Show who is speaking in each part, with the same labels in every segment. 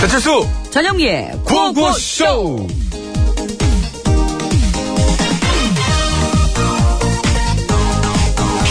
Speaker 1: 배칠수
Speaker 2: 전영미의 고고쇼!
Speaker 1: 구호구호쇼!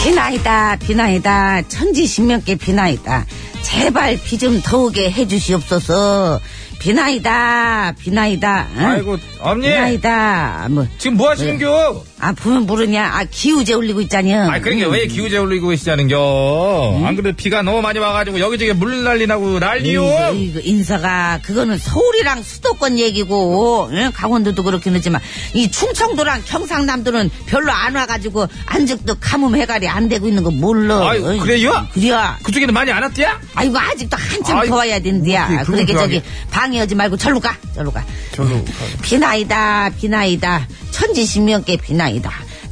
Speaker 3: 비나이다, 비나이다, 천지신명께 비나이다. 제발 비 좀 더 오게 해주시옵소서. 비나이다, 비나이다. 응?
Speaker 4: 아이고 언니
Speaker 3: 비나이다. 뭐,
Speaker 4: 지금 뭐 하시는겨
Speaker 3: 아, 보면 모르냐. 아, 기우제 올리고 있잖여. 음.
Speaker 4: 아 그러게 왜 기우제 올리고 계시자는겨 안 그래도 비가 너무 많이 와가지고 여기저기 물 난리 나고 난리요
Speaker 3: 이거, 이거 인사가 그거는 서울이랑 수도권 얘기고 응? 강원도도 그렇긴 하지만 이 충청도랑 경상남도는 별로 안 와가지고 안직도 가뭄 해갈이 안 되고 있는 거 몰라
Speaker 4: 아이, 그래요?
Speaker 3: 그래요
Speaker 4: 그쪽에는 많이 안 왔대야?
Speaker 3: 뭐 아이고 아직도 한참
Speaker 4: 아이고,
Speaker 3: 더 와야
Speaker 4: 어떻게
Speaker 3: 된대야
Speaker 4: 그걸
Speaker 3: 그러게 저기
Speaker 4: 그러게.
Speaker 3: 방해하지 말고 절로 가 절로 가
Speaker 4: 저도
Speaker 3: 비나이다 비나이다 천지신명께 비나이다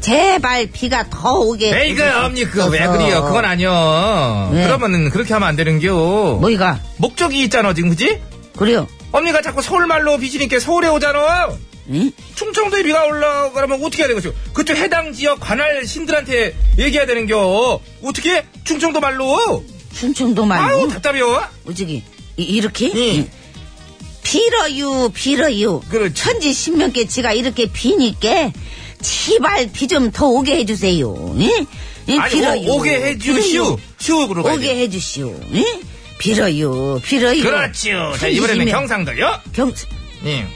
Speaker 3: 제발 비가 더 오게
Speaker 4: 에이 그 언니 그거 왜
Speaker 3: 해주시옵소서.
Speaker 4: 그래요 그건 아니여
Speaker 3: 왜?
Speaker 4: 그러면은 그렇게 하면 안 되는겨
Speaker 3: 뭐 이가
Speaker 4: 목적이 있잖아 지금 그지?
Speaker 3: 그래요
Speaker 4: 언니가 자꾸 서울말로 비시니까 서울에 오잖아
Speaker 3: 응?
Speaker 4: 충청도에 비가 올라 그러면 어떻게 해야 되겠죠? 그쪽 해당 지역 관할 신들한테 얘기해야 되는겨. 어떻게? 충청도 말로?
Speaker 3: 충청도 말고
Speaker 4: 아우 답답해요. 어?
Speaker 3: 오지기 이- 이렇게
Speaker 4: 예.
Speaker 3: 예. 빌어유 빌어유
Speaker 4: 그렇지.
Speaker 3: 천지 신명께 지가 이렇게 비니까 제발 비 좀 더 오게 해주세요 예? 예,
Speaker 4: 아니 오, 오게 해주시오.
Speaker 3: 빌어유.
Speaker 4: 시오으로 가야 돼.
Speaker 3: 오게 해주시오 예? 빌어유 빌어유
Speaker 4: 그렇지요. 자
Speaker 3: 천지
Speaker 4: 이번에는
Speaker 3: 신명-
Speaker 4: 경상도요.
Speaker 3: 경,
Speaker 4: 예.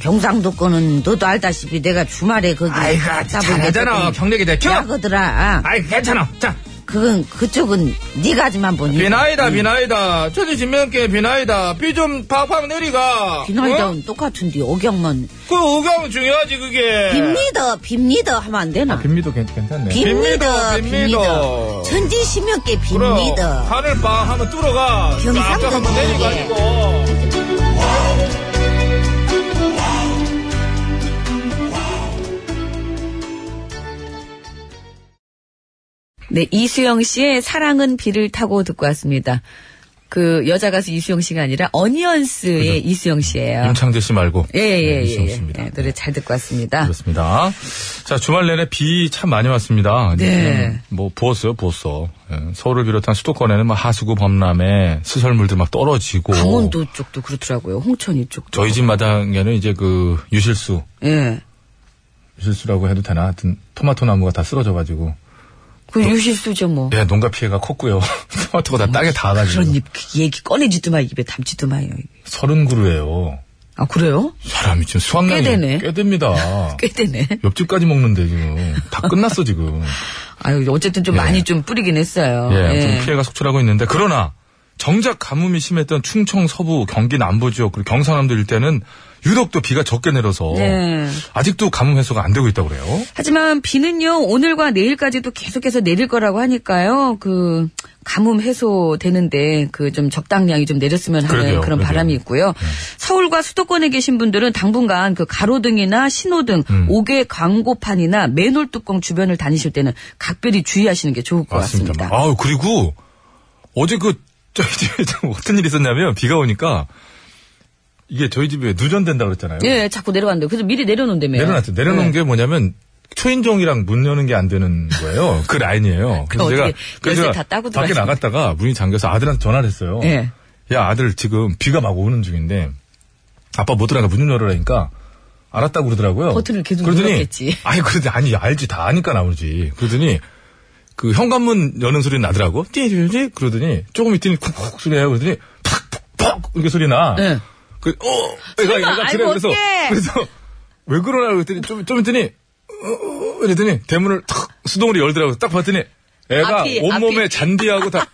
Speaker 3: 경상도 거는 너도 알다시피 내가 주말에 거기
Speaker 4: 아이고
Speaker 3: 갔다 보니까
Speaker 4: 잘하잖아.
Speaker 3: 조금
Speaker 4: 경력이 됐죠?
Speaker 3: 야거더라
Speaker 4: 아이 괜찮아. 자
Speaker 3: 그건 그쪽은 네가 하지만 보니
Speaker 4: 비나이다
Speaker 5: 음.
Speaker 4: 비나이다. 천지 진명께 비나이다. 비 좀 팍팍 내리가. 어?
Speaker 3: 비나이다는 똑같은데 억양만
Speaker 4: 그 의경 중요하지 그게.
Speaker 3: 빕니다 빕니다 하면 안 되나
Speaker 1: 빈미도 아, 괜찮네.
Speaker 3: 빕니다,
Speaker 4: 빕니다, 빕니다.
Speaker 3: 빕니다. 천지 심역계
Speaker 4: 그럼
Speaker 3: 빕니다.
Speaker 4: 하늘 봐 하면 뚫어가.
Speaker 3: 경상도
Speaker 4: 쫙쫙 한번
Speaker 3: 지역에.
Speaker 4: 내리가지고.
Speaker 2: 네, 이수영 씨의 사랑은 비를 타고 듣고 왔습니다. 그 여자 가수 이수영 씨가 아니라 어니언스의 이수영 씨예요.
Speaker 1: 임창재 씨 말고.
Speaker 2: 예, 예,
Speaker 1: 네,
Speaker 2: 예.
Speaker 1: 이수영
Speaker 2: 예.
Speaker 1: 씨입니다.
Speaker 2: 네, 노래 잘 듣고 왔습니다.
Speaker 1: 그렇습니다. 자, 주말 내내 비 참 많이 왔습니다.
Speaker 2: 네.
Speaker 1: 음, 뭐, 부었어요, 부었어. 예, 서울을 비롯한 수도권에는 막 하수구 범람에 시설물들 막 떨어지고.
Speaker 2: 강원도 쪽도 그렇더라고요. 홍천 이쪽도.
Speaker 1: 저희 집 마당에는 이제 그, 유실수.
Speaker 2: 예.
Speaker 1: 유실수라고 해도 되나? 하여튼, 토마토 나무가 다 쓰러져가지고.
Speaker 2: 그 유실수죠 뭐.
Speaker 1: 예, 농가 피해가 컸고요. 토마토가 다 땅에
Speaker 2: 음,
Speaker 1: 닿아가지고.
Speaker 2: 그런 입, 그 얘기 꺼내지도 마, 입에 담지도 마요.
Speaker 1: 서른 그루예요
Speaker 2: 아, 그래요?
Speaker 1: 사람이 지금
Speaker 2: 꽤
Speaker 1: 수확량이
Speaker 2: 되네.
Speaker 1: 꽤 됩니다.
Speaker 2: 꽤 되네.
Speaker 1: 옆집까지 먹는데 지금 다 아, 끝났어 지금.
Speaker 2: 아유, 어쨌든 좀
Speaker 1: 예.
Speaker 2: 많이 좀 뿌리긴 했어요.
Speaker 1: 예, 좀 피해가 속출하고 있는데 그러나 정작 가뭄이 심했던 충청 서부, 경기 남부 지역 그리고 경상남도 일대는 유독 또 비가 적게 내려서
Speaker 2: 네.
Speaker 1: 아직도 가뭄 해소가 안 되고 있다고 그래요.
Speaker 2: 하지만 비는요, 오늘과 내일까지도 계속해서 내릴 거라고 하니까요, 그, 가뭄 해소되는데, 그 좀 적당량이 좀 내렸으면 하는 그런
Speaker 1: 그러게요, 그러게요. 네.
Speaker 2: 바람이 있고요. 서울과 수도권에 계신 분들은 당분간 그 가로등이나 신호등,
Speaker 1: 음.
Speaker 2: 옥외 광고판이나 맨홀 뚜껑 주변을 다니실 때는 각별히 주의하시는 게 좋을 것 같습니다.
Speaker 1: 아우 그리고 어제 그 저희 집에 좀 어떤 일이 있었냐면 비가 오니까 이게 저희 집에 누전된다 그랬잖아요.
Speaker 2: 예, 네. 자꾸 내려간대요. 그래서 미리 내려놓는다며.
Speaker 1: 내려놨죠. 내려놓은 게 뭐냐면 초인종이랑 문 여는 게 안 되는 거예요. 그 라인이에요. 그래서
Speaker 2: 어떻게
Speaker 1: 제가 그래서
Speaker 2: 열쇠
Speaker 1: 제가
Speaker 2: 다 따고
Speaker 1: 밖에
Speaker 2: 들어가시네.
Speaker 1: 나갔다가 문이 잠겨서 아들한테 전화를 했어요.
Speaker 2: 예.
Speaker 1: 야 아들 지금 비가 막 오는 중인데 아빠 못 들어가 문 좀 열어라니까 알았다고 그러더라고요.
Speaker 2: 버튼을 계속
Speaker 1: 그러더니,
Speaker 2: 눌렀겠지.
Speaker 1: 아니 그러더니 아니 알지 다 아니까 나오지. 그러더니 그 현관문 여는 소리 나더라고. 띠지 그러더니 조금 있더니 쿵쿵 소리 해요. 그러더니 팍팍 톡! 이렇게 소리 나.
Speaker 2: 예.
Speaker 1: 그, 어! 얘가,
Speaker 5: 설마,
Speaker 1: 얘가 그래.
Speaker 5: 아이고,
Speaker 1: 그래서,
Speaker 5: 어떡해.
Speaker 1: 그래서, 왜 그러나 그랬더니, 좀, 좀 있더니, 어, 어, 이랬더니, 대문을 탁, 수동으로 열더라고. 딱 봤더니, 애가
Speaker 2: 앞이,
Speaker 1: 온몸에
Speaker 2: 앞이.
Speaker 1: 잔디하고 다,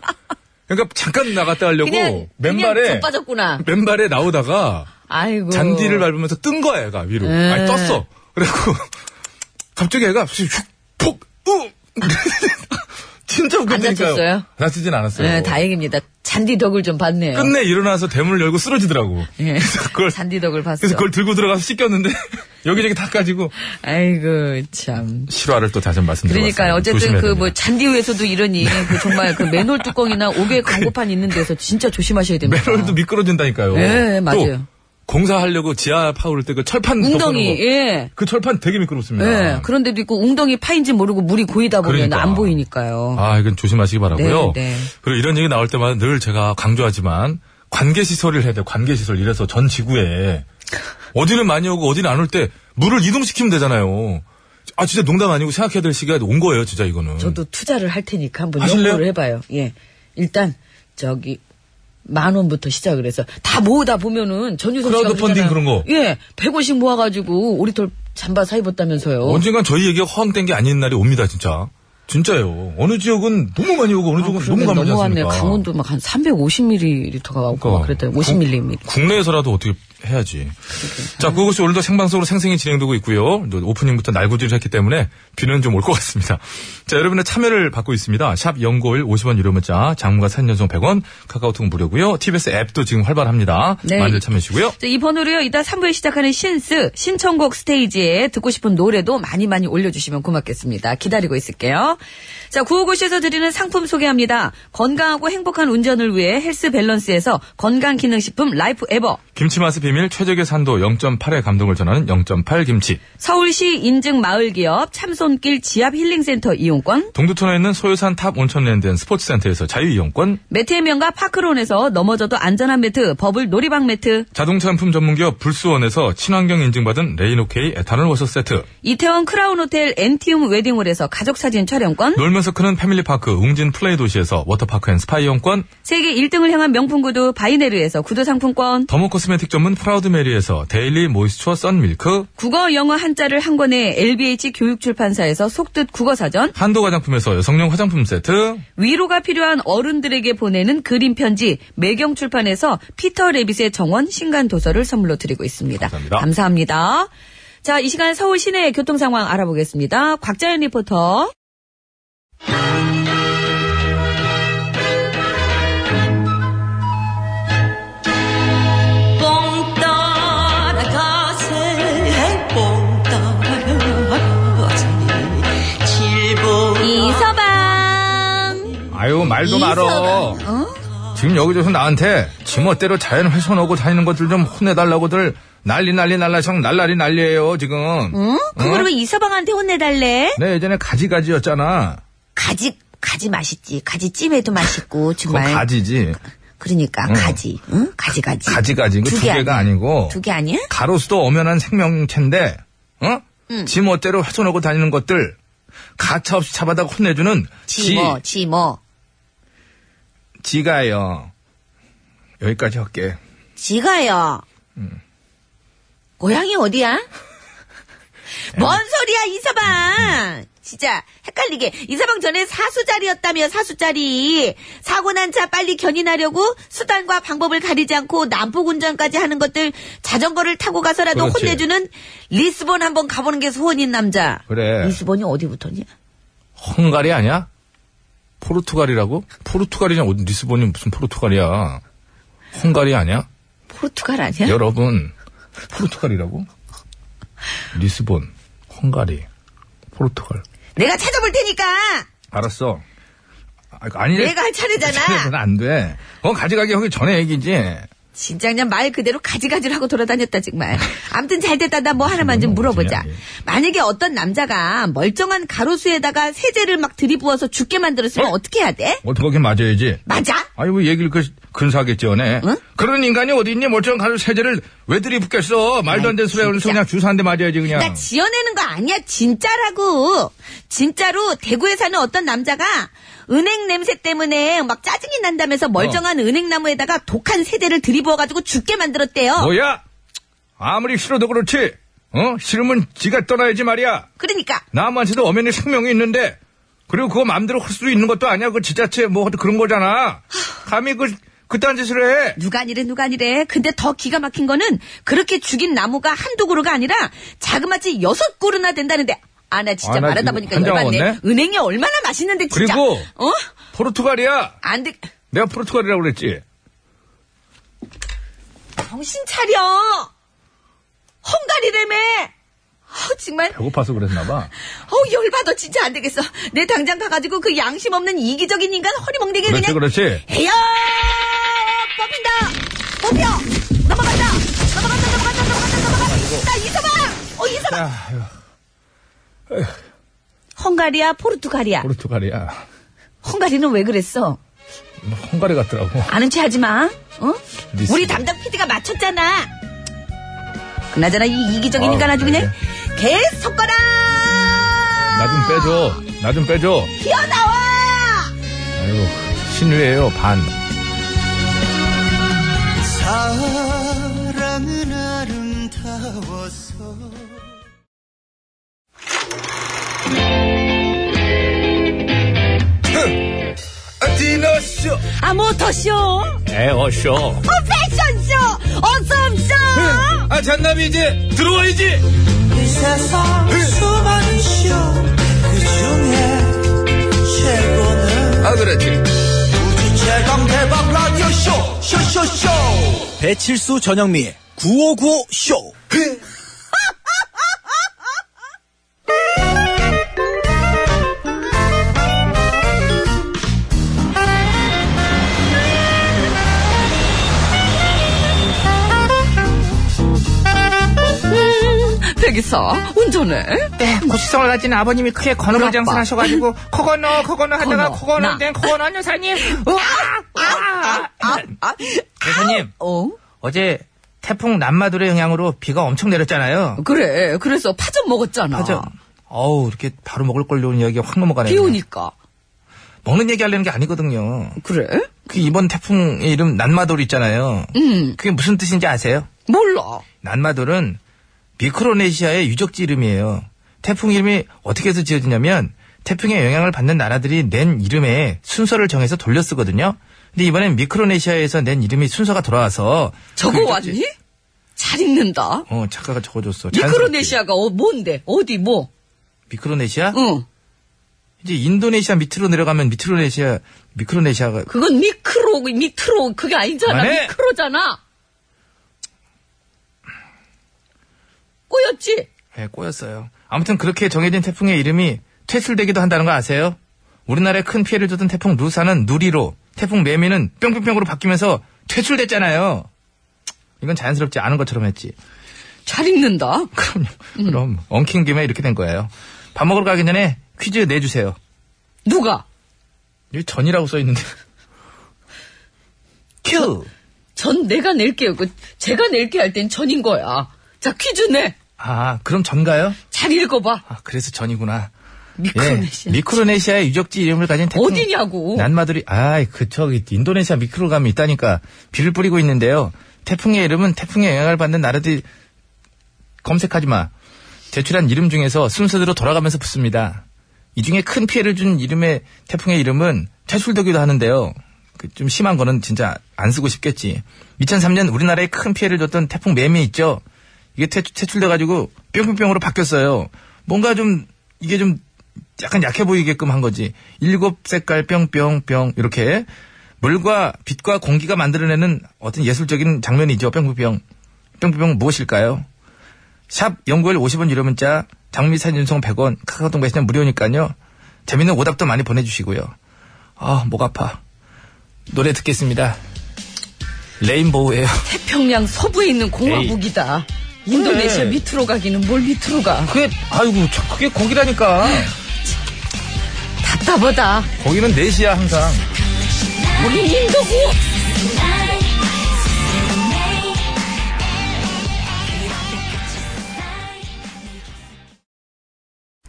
Speaker 1: 그러니까 잠깐 나갔다 하려고,
Speaker 2: 네. 그냥
Speaker 1: 맨발에,
Speaker 2: 그냥 빠졌구나.
Speaker 1: 맨발에 나오다가,
Speaker 2: 아이고. 네.
Speaker 1: 잔디를 밟으면서 뜬 거야, 애가 위로.
Speaker 2: 에.
Speaker 1: 아니, 떴어. 그래갖고, 갑자기 애가 슉, 폭, 우! 진짜 웃겼다니까요.
Speaker 2: 다쳤어요?
Speaker 1: 다치진 않았어요.
Speaker 2: 네, 다행입니다. 잔디 덕을 좀 봤네요.
Speaker 1: 끝내 일어나서 대문을 열고 쓰러지더라고.
Speaker 2: 예.
Speaker 1: 그래서 그걸,
Speaker 2: 잔디 덕을 봤어.
Speaker 1: 그래서 그걸 들고 들어가서 씻겼는데, 여기저기 다 까지고,
Speaker 2: 아이고 참.
Speaker 1: 실화를 또 다시 한번 말씀드리고.
Speaker 2: 그러니까 어쨌든 그 뭐 잔디 위에서도 이러니
Speaker 1: 네.
Speaker 2: 그 정말 그 맨홀 뚜껑이나 옥외
Speaker 1: 그러니까.
Speaker 2: 광고판 있는 데서 진짜 조심하셔야 됩니다.
Speaker 1: 메롤도 미끄러진다니까요.
Speaker 2: 예, 뭐- 아. 맞아요.
Speaker 1: 또 공사하려고 지하 파올 때 그 철판 덮어놓은
Speaker 2: 웅덩이
Speaker 1: 거.
Speaker 2: 예.
Speaker 1: 그 철판 되게 미끄럽습니다.
Speaker 2: 예, 그런 데도 있고 웅덩이 파인지 모르고 물이 고이다 보면
Speaker 1: 그러니까.
Speaker 2: 안 보이니까요.
Speaker 1: 아, 이건 조심하시기 바라고요.
Speaker 2: 네, 네.
Speaker 1: 그리고 이런 얘기 나올 때마다 늘 제가 강조하지만 관계 시설을 해야 돼. 요 관계 시설 이래서 전 지구에 어디는 많이 오고 어디는 안 올 때 물을 이동시키면 되잖아요. 아, 진짜 농담 아니고 생각해야 될 시기가 온 거예요, 진짜 이거는.
Speaker 2: 저도 투자를 할 테니까 한번
Speaker 1: 아. 하실래요?
Speaker 2: 연구를 해봐요. 예. 일단, 저기, 만 원부터 시작을 해서 다 모으다 보면은 전유성 씨가
Speaker 1: 크라우드펀딩
Speaker 2: 그러잖아요.
Speaker 1: 그런 거.
Speaker 2: 예. 150 모아가지고 오리털 잠바 사입었다면서요.
Speaker 1: 언젠간 저희 얘기가 허황된 게 아닌 날이 옵니다, 진짜. 진짜요. 어느 지역은 너무 많이 오고 어느 지역은 너무 가만히
Speaker 2: 아, 넘어왔네.
Speaker 1: 않습니까?
Speaker 2: 강원도 막 한 350ml가 왔고 막 그랬다. 50ml.
Speaker 1: 국내에서라도 어떻게 해야지. 자, 그것이 오늘도 생방송으로 생생히 진행되고 있고요. 또 오프닝부터 날구질을 했기 때문에 비는 좀 올 것 같습니다. 자, 여러분의 참여를 받고 있습니다. 샵 연고일 50원 유료 문자, 장문과 사진 연속 100원, 카카오톡 무료고요. TBS 앱도 지금 활발합니다.
Speaker 2: 네.
Speaker 1: 많이들 참여하시고요.
Speaker 2: 자, 이 번호로요. 이따 3부에 시작하는 신스 신청곡 스테이지에 듣고 싶은 노래도 많이 많이 올려주시면 고맙겠습니다. 기다리고 있을게요. 자, 구호고시에서 드리는 상품 소개합니다. 건강하고 행복한 운전을 위해 헬스 밸런스에서 건강기능식품 라이프 에버
Speaker 1: 김치 맛의 비밀 최적의 산도 0.8의 감동을 전하는 0.8 김치.
Speaker 2: 서울시 인증 마을기업 참손길 지압 힐링센터 이용권
Speaker 1: 동두천에 있는 소요산 탑 온천랜드앤 스포츠센터에서 자유이용권.
Speaker 2: 매트의 명가 파크론에서 넘어져도 안전한 매트 버블 놀이방 매트
Speaker 1: 자동차 용품 전문기업 불수원에서 친환경 인증받은 레인오케이 에탄올 워셔 세트.
Speaker 2: 이태원 크라운 호텔 엔티움 웨딩홀에서 가족사진 촬영권
Speaker 1: 놀면서 크는 패밀리파크 웅진 플레이 도시에서 워터파크 앤 스파 이용권
Speaker 2: 세계 1등을 향한 명품 구두 바이네르에서 구두 상품권
Speaker 1: 더모 코스메틱 전문 프라우드 메리에서 데일리 모이스처 썬밀크
Speaker 2: 국어 영어 한자를 한 권에 LBH 교육출판사에서 속뜻 국어사전
Speaker 1: 한도 화장품에서 여성용 화장품 세트
Speaker 2: 위로가 필요한 어른들에게 보내는 그림 편지 매경출판에서 피터 레빗의 정원 신간 도서를 선물로 드리고 있습니다.
Speaker 1: 감사합니다.
Speaker 2: 감사합니다. 자, 이 시간 서울 시내 교통 상황 알아보겠습니다. 곽자연 리포터.
Speaker 6: 뽕 따라가세 뽕 따라가세 칠보
Speaker 2: 이서방.
Speaker 1: 아유 말도 말어 지금 여기저기서 나한테 지멋대로 자연 훼손하고 다니는 것들 좀 혼내달라고들 난리 난리 날라성 날라리 난리예요 지금
Speaker 5: 응?
Speaker 1: 그걸
Speaker 5: 왜 이서방한테 혼내달래?
Speaker 1: 내 예전에 가지가지였잖아
Speaker 5: 가지, 가지 맛있지. 가지 찜에도 맛있고,
Speaker 1: 그거
Speaker 5: 정말.
Speaker 1: 가지지
Speaker 5: 그러니까, 가지. 응? 가지, 가지.
Speaker 1: 가지 가지 이거 두,
Speaker 5: 개
Speaker 1: 개가
Speaker 5: 아니야?
Speaker 1: 아니고
Speaker 5: 두 개 아니야?
Speaker 1: 가로수도 엄연한 생명체인데, 어? 지 멋대로 훼손하고 다니는 것들, 가차 없이 잡아다 혼내주는
Speaker 5: 지, 뭐, 지, 뭐.
Speaker 1: 지가요. 여기까지 할게.
Speaker 5: 지가요.
Speaker 1: 음.
Speaker 5: 고향이 어디야? 뭔 소리야, 이서방! 진짜, 헷갈리게. 이서방 전에 사수자리였다며, 사수자리. 사고 난 차 빨리 견인하려고 수단과 방법을 가리지 않고 난폭 운전까지 하는 것들 자전거를 타고 가서라도
Speaker 1: 그렇지.
Speaker 5: 혼내주는 리스본 한번 가보는 게 소원인 남자.
Speaker 1: 그래.
Speaker 5: 리스본이 어디부터냐?
Speaker 1: 헝가리 아니야? 포르투갈이라고? 포르투갈이냐? 어디 리스본이 무슨 포르투갈이야? 헝가리 아니야?
Speaker 5: 포르투갈 아니야?
Speaker 1: 여러분, 포르투갈이라고? 리스본, 헝가리, 포르투갈.
Speaker 5: 내가 찾아볼 테니까!
Speaker 1: 알았어. 아, 아니,
Speaker 5: 내가 할 차례잖아!
Speaker 1: 안 돼. 그건 가져가기 하기 전에 얘기지.
Speaker 5: 진짜 그냥 말 그대로 가지가지를 하고 돌아다녔다 정말. 암튼 잘 됐다 나 뭐 하나만 좀 물어보자.
Speaker 1: 중요하게.
Speaker 5: 만약에 어떤 남자가 멀쩡한 가로수에다가 세제를 막 들이부어서 죽게 만들었으면
Speaker 1: 어?
Speaker 5: 어떻게 해야 돼?
Speaker 1: 어떻게 하긴 맞아야지.
Speaker 5: 맞아?
Speaker 1: 아니 뭐 얘기를 그 근사하게 지어내.
Speaker 5: 응?
Speaker 1: 그런 인간이 어디 있니? 멀쩡한 가루 세제를 왜 들이붓겠어? 말도 안 되는 소리 하면서
Speaker 5: 진짜.
Speaker 1: 그냥 주사 한 대 맞아야지 그냥.
Speaker 5: 나 지어내는 거 아니야 진짜라고. 진짜로 대구에 사는 어떤 남자가 은행 냄새 때문에 막 짜증이 난다면서 멀쩡한 은행나무에다가 독한 세제를 들이부어가지고 죽게 만들었대요.
Speaker 4: 뭐야? 아무리 싫어도 그렇지. 어? 싫으면 지가 떠나야지 말이야.
Speaker 5: 그러니까
Speaker 4: 남한테도 엄연히 생명이 있는데 그리고 그거 마음대로 할 수도 있는 것도 아니야. 그 지자체 뭐 어떤 그런 거잖아. 감히 그 그딴 짓을 해.
Speaker 5: 누가 아니래 누가 아니래. 근데 더 기가 막힌 거는 그렇게 죽인 나무가 한두 그루가 아니라 자그마치 여섯 그루나 된다는데 아 나 진짜
Speaker 4: 아, 나
Speaker 5: 말하다
Speaker 4: 이거
Speaker 5: 보니까
Speaker 4: 한장
Speaker 5: 열받네.
Speaker 4: 먹었네?
Speaker 5: 은행이 얼마나 맛있는데 진짜.
Speaker 4: 그리고
Speaker 5: 어?
Speaker 4: 포르투갈이야.
Speaker 5: 안 돼.
Speaker 4: 내가 포르투갈이라고 그랬지.
Speaker 5: 정신 차려. 헝가리라며. 어, 정말
Speaker 4: 배고파서 그랬나 봐.
Speaker 5: 어우 열받아 진짜 안 되겠어. 내 당장 가가지고 그 양심 없는 이기적인 인간 허리멍댕이
Speaker 4: 그렇지
Speaker 5: 그냥
Speaker 4: 그렇지.
Speaker 5: 해요. 뽑힌다. 뽑혀. 넘어간다. 넘어간다. 넘어간다. 넘어간다. 넘어간다. 이서방. 어 이서방. 헝가리야 포르투갈이야.
Speaker 4: 포르투갈이야.
Speaker 5: 헝가리는 왜 그랬어?
Speaker 4: 헝가리 같더라고.
Speaker 5: 아는 체 하지 마. 어?
Speaker 4: 리스.
Speaker 5: 우리 담당 PD가 맞췄잖아. 그나저나 이 이기적인
Speaker 4: 아우,
Speaker 5: 인간 아주 그냥 계속 거라
Speaker 4: 나 좀 빼줘. 나 좀 빼줘.
Speaker 5: 튀어나와.
Speaker 4: 아이고 신뢰예요 반.
Speaker 7: 사랑은 아름다워서
Speaker 4: 디너쇼.
Speaker 5: 아 모터쇼, 어,
Speaker 4: 에어쇼.
Speaker 5: 패션쇼, 어썸쇼.
Speaker 4: 아 잔나비 이제 들어와야지.
Speaker 7: 이 세상 수많은 쇼그 중에 최고는
Speaker 4: 아 그렇지.
Speaker 7: 우주 최강 대박 라디오 쇼 쇼쇼쇼 배칠수 전영미 9595 쇼.
Speaker 2: 백이사 운전해. 음.
Speaker 4: 네, 고시성을 가진 아버님이 크게
Speaker 2: 그럴
Speaker 4: 건어물
Speaker 2: 바.
Speaker 4: 장사를 하셔가지고 코건어 코건어 하다가
Speaker 2: 건어, 나.
Speaker 4: 코건어 된 코건어 여사님
Speaker 8: 아,
Speaker 4: 아, 여사님
Speaker 2: 어?
Speaker 4: 어제 태풍 남마돌의 영향으로 비가 엄청
Speaker 2: 어.
Speaker 4: 내렸잖아요
Speaker 2: 그래. 그래서 파전 먹었잖아.
Speaker 4: 맞아 어우 이렇게 바로 먹을 걸로 이야기 확 넘어가네요
Speaker 2: 비 오니까.
Speaker 4: 먹는 얘기 하려는 게 아니거든요
Speaker 2: 그래?
Speaker 4: 그 이번 태풍의 이름 남마돌 있잖아요
Speaker 2: 음.
Speaker 4: 그게 무슨 뜻인지 아세요?
Speaker 2: 몰라.
Speaker 4: 난마돌은 미크로네시아의 유적지 이름이에요. 태풍 이름이 어떻게 해서 지어지냐면 태풍의 영향을 받는 나라들이 낸 이름에 순서를 정해서 돌려 쓰거든요. 근데 이번엔 미크로네시아에서 낸 이름이 순서가 돌아와서
Speaker 2: 저거
Speaker 4: 그 유적지-
Speaker 2: 왔니? 잘 읽는다.
Speaker 4: 어 작가가 적어줬어. 자연스럽게.
Speaker 2: 미크로네시아가 어, 뭔데? 어디 뭐?
Speaker 4: 미크로네시아?
Speaker 2: 응.
Speaker 4: 이제 인도네시아 밑으로 내려가면 미크로네시아 미크로네시아가
Speaker 2: 그건 미크로 미트로 그게 아니잖아.
Speaker 4: 그만해!
Speaker 2: 미크로잖아. 꼬였지?
Speaker 4: 예, 꼬였어요. 아무튼 그렇게 정해진 태풍의 이름이 퇴출되기도 한다는 거 아세요? 우리나라에 큰 피해를 줬던 태풍 루사는 누리로, 태풍 매미는 뿅뿅뿅으로 바뀌면서 퇴출됐잖아요. 이건 자연스럽지 않은 것처럼 했지.
Speaker 2: 잘 읽는다.
Speaker 4: 그럼요. 그럼 엉킨 김에 이렇게 된 거예요. 밥 먹으러 가기 전에 퀴즈 내주세요.
Speaker 2: 누가?
Speaker 4: 여기 전이라고 써 있는데. 큐.
Speaker 2: 전 내가 낼게요. 그 제가 낼게 할 땐 전인 거야. 자 퀴즈 내.
Speaker 4: 아, 그럼 전가요?
Speaker 2: 잘 읽어봐.
Speaker 4: 아, 그래서 전이구나.
Speaker 2: 미크로네시아.
Speaker 4: 예, 미크로네시아의 유적지 이름을 가진 태풍
Speaker 2: 어디냐고.
Speaker 4: 난마들이 아이 그 저기 인도네시아 미크로감이 있다니까 비를 뿌리고 있는데요. 태풍의 이름은 태풍의 영향을 받는 나라들 검색하지 마. 제출한 이름 중에서 순서대로 돌아가면서 붙습니다. 이 중에 큰 피해를 준 이름의 태풍의 이름은 퇴출되기도 하는데요. 그 좀 심한 거는 진짜 안 쓰고 싶겠지. 2003년 우리나라에 큰 피해를 줬던 태풍 매미 있죠. 이게 퇴, 퇴출돼가지고 뿅뿅뿅으로 바뀌었어요. 뭔가 좀 이게 좀 약간 약해 보이게끔 한 거지. 일곱 색깔 뿅뿅뿅 이렇게 물과 빛과 공기가 만들어내는 어떤 예술적인 장면이죠. 뿅뿅뿅. 뿅뿅뿅 무엇일까요? 샵 연구일 50원 유료 문자 장미산 윤성 100원 카카오톡 메시지는 무료니까요. 재밌는 오답도 많이 보내주시고요. 아, 목 아파. 노래 듣겠습니다. 레인보우예요.
Speaker 2: 태평양 서부에 있는 공화국이다. 인도네시아
Speaker 4: 그래.
Speaker 2: 밑으로 가기는 뭘 밑으로 가.
Speaker 4: 그게 아이고 저- 그게 거기라니까.
Speaker 2: 답답하다.
Speaker 4: 거기는 넷이야 항상.
Speaker 2: 우리 인도고.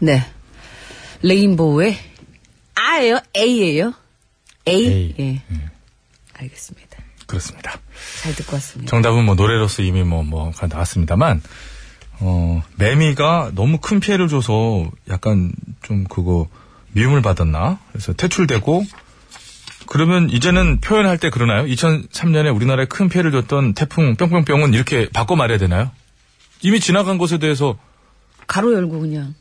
Speaker 2: 네. 레인보우의 아예요? A예요? A?
Speaker 4: A.
Speaker 2: 예.
Speaker 1: 음.
Speaker 2: 알겠습니다.
Speaker 1: 그렇습니다.
Speaker 2: 잘 듣고 왔습니다.
Speaker 1: 정답은 뭐 노래로서 이미 뭐, 뭐, 가 나왔습니다만, 어, 매미가 너무 큰 피해를 줘서 약간 좀 그거 미움을 받았나? 그래서 퇴출되고, 그러면 이제는 표현할 때 그러나요? 2003년에 우리나라에 큰 피해를 줬던 태풍 뿅뿅뿅은 이렇게 바꿔 말해야 되나요? 이미 지나간 것에 대해서,
Speaker 2: 가로 열고 그냥.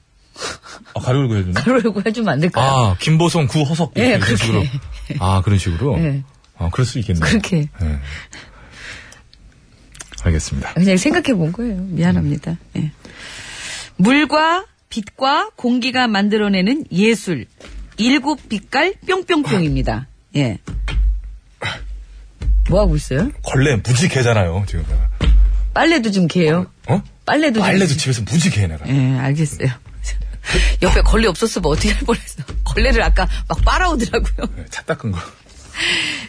Speaker 1: 아, 가려고 해야 되나?
Speaker 2: 가로 열고 해주면 안 될까요?
Speaker 1: 아, 김보성 구 허석.
Speaker 2: 예,
Speaker 1: 이런
Speaker 2: 그렇게.
Speaker 1: 식으로. 아, 그런 식으로?
Speaker 2: 예.
Speaker 1: 아, 그럴 수 있겠네요.
Speaker 2: 그렇게.
Speaker 1: 예. 알겠습니다.
Speaker 2: 그냥 생각해 본 거예요. 미안합니다. 예. 물과 빛과 공기가 만들어내는 예술. 일곱 빛깔 뿅뿅뿅입니다. 예. 뭐 하고 있어요?
Speaker 1: 걸레 무지 개잖아요, 지금. 내가.
Speaker 2: 빨래도 좀 개요.
Speaker 1: 어?
Speaker 2: 빨래도 좀
Speaker 1: 빨래도 집에서 무지개 해, 내가.
Speaker 2: 예, 알겠어요. 옆에 걸레 없었으면 어떻게 할 뻔했어. 걸레를 아까 막 빨아오더라고요.
Speaker 1: 예, 차 닦은 거.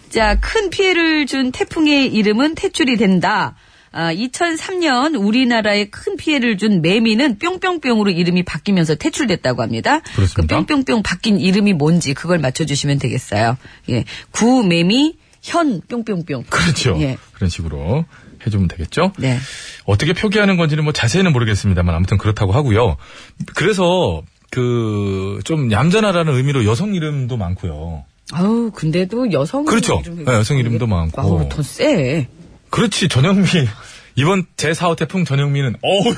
Speaker 2: 자, 큰 피해를 준 태풍의 이름은 태출이 된다. 아, 2003년 우리나라에 큰 피해를 준 매미는 뿅뿅뿅으로 이름이 바뀌면서 퇴출됐다고 합니다.
Speaker 1: 그렇습니다.
Speaker 2: 그 뿅뿅뿅 바뀐 이름이 뭔지 그걸 맞춰주시면 되겠어요. 예. 구매미, 현 뿅뿅뿅.
Speaker 1: 그렇죠.
Speaker 2: 예.
Speaker 1: 그런 식으로 해주면 되겠죠?
Speaker 2: 네.
Speaker 1: 어떻게 표기하는 건지는 뭐 자세히는 모르겠습니다만 아무튼 그렇다고 하고요. 그래서 그 좀 얌전하라는 의미로 여성 이름도 많고요.
Speaker 2: 아우, 근데도 여성
Speaker 1: 그렇죠. 네, 어. 여성 이름도 많고.
Speaker 2: 아우, 더 세.
Speaker 1: 그렇지, 전영미. 이번 제4호 태풍 전영미는 어휴.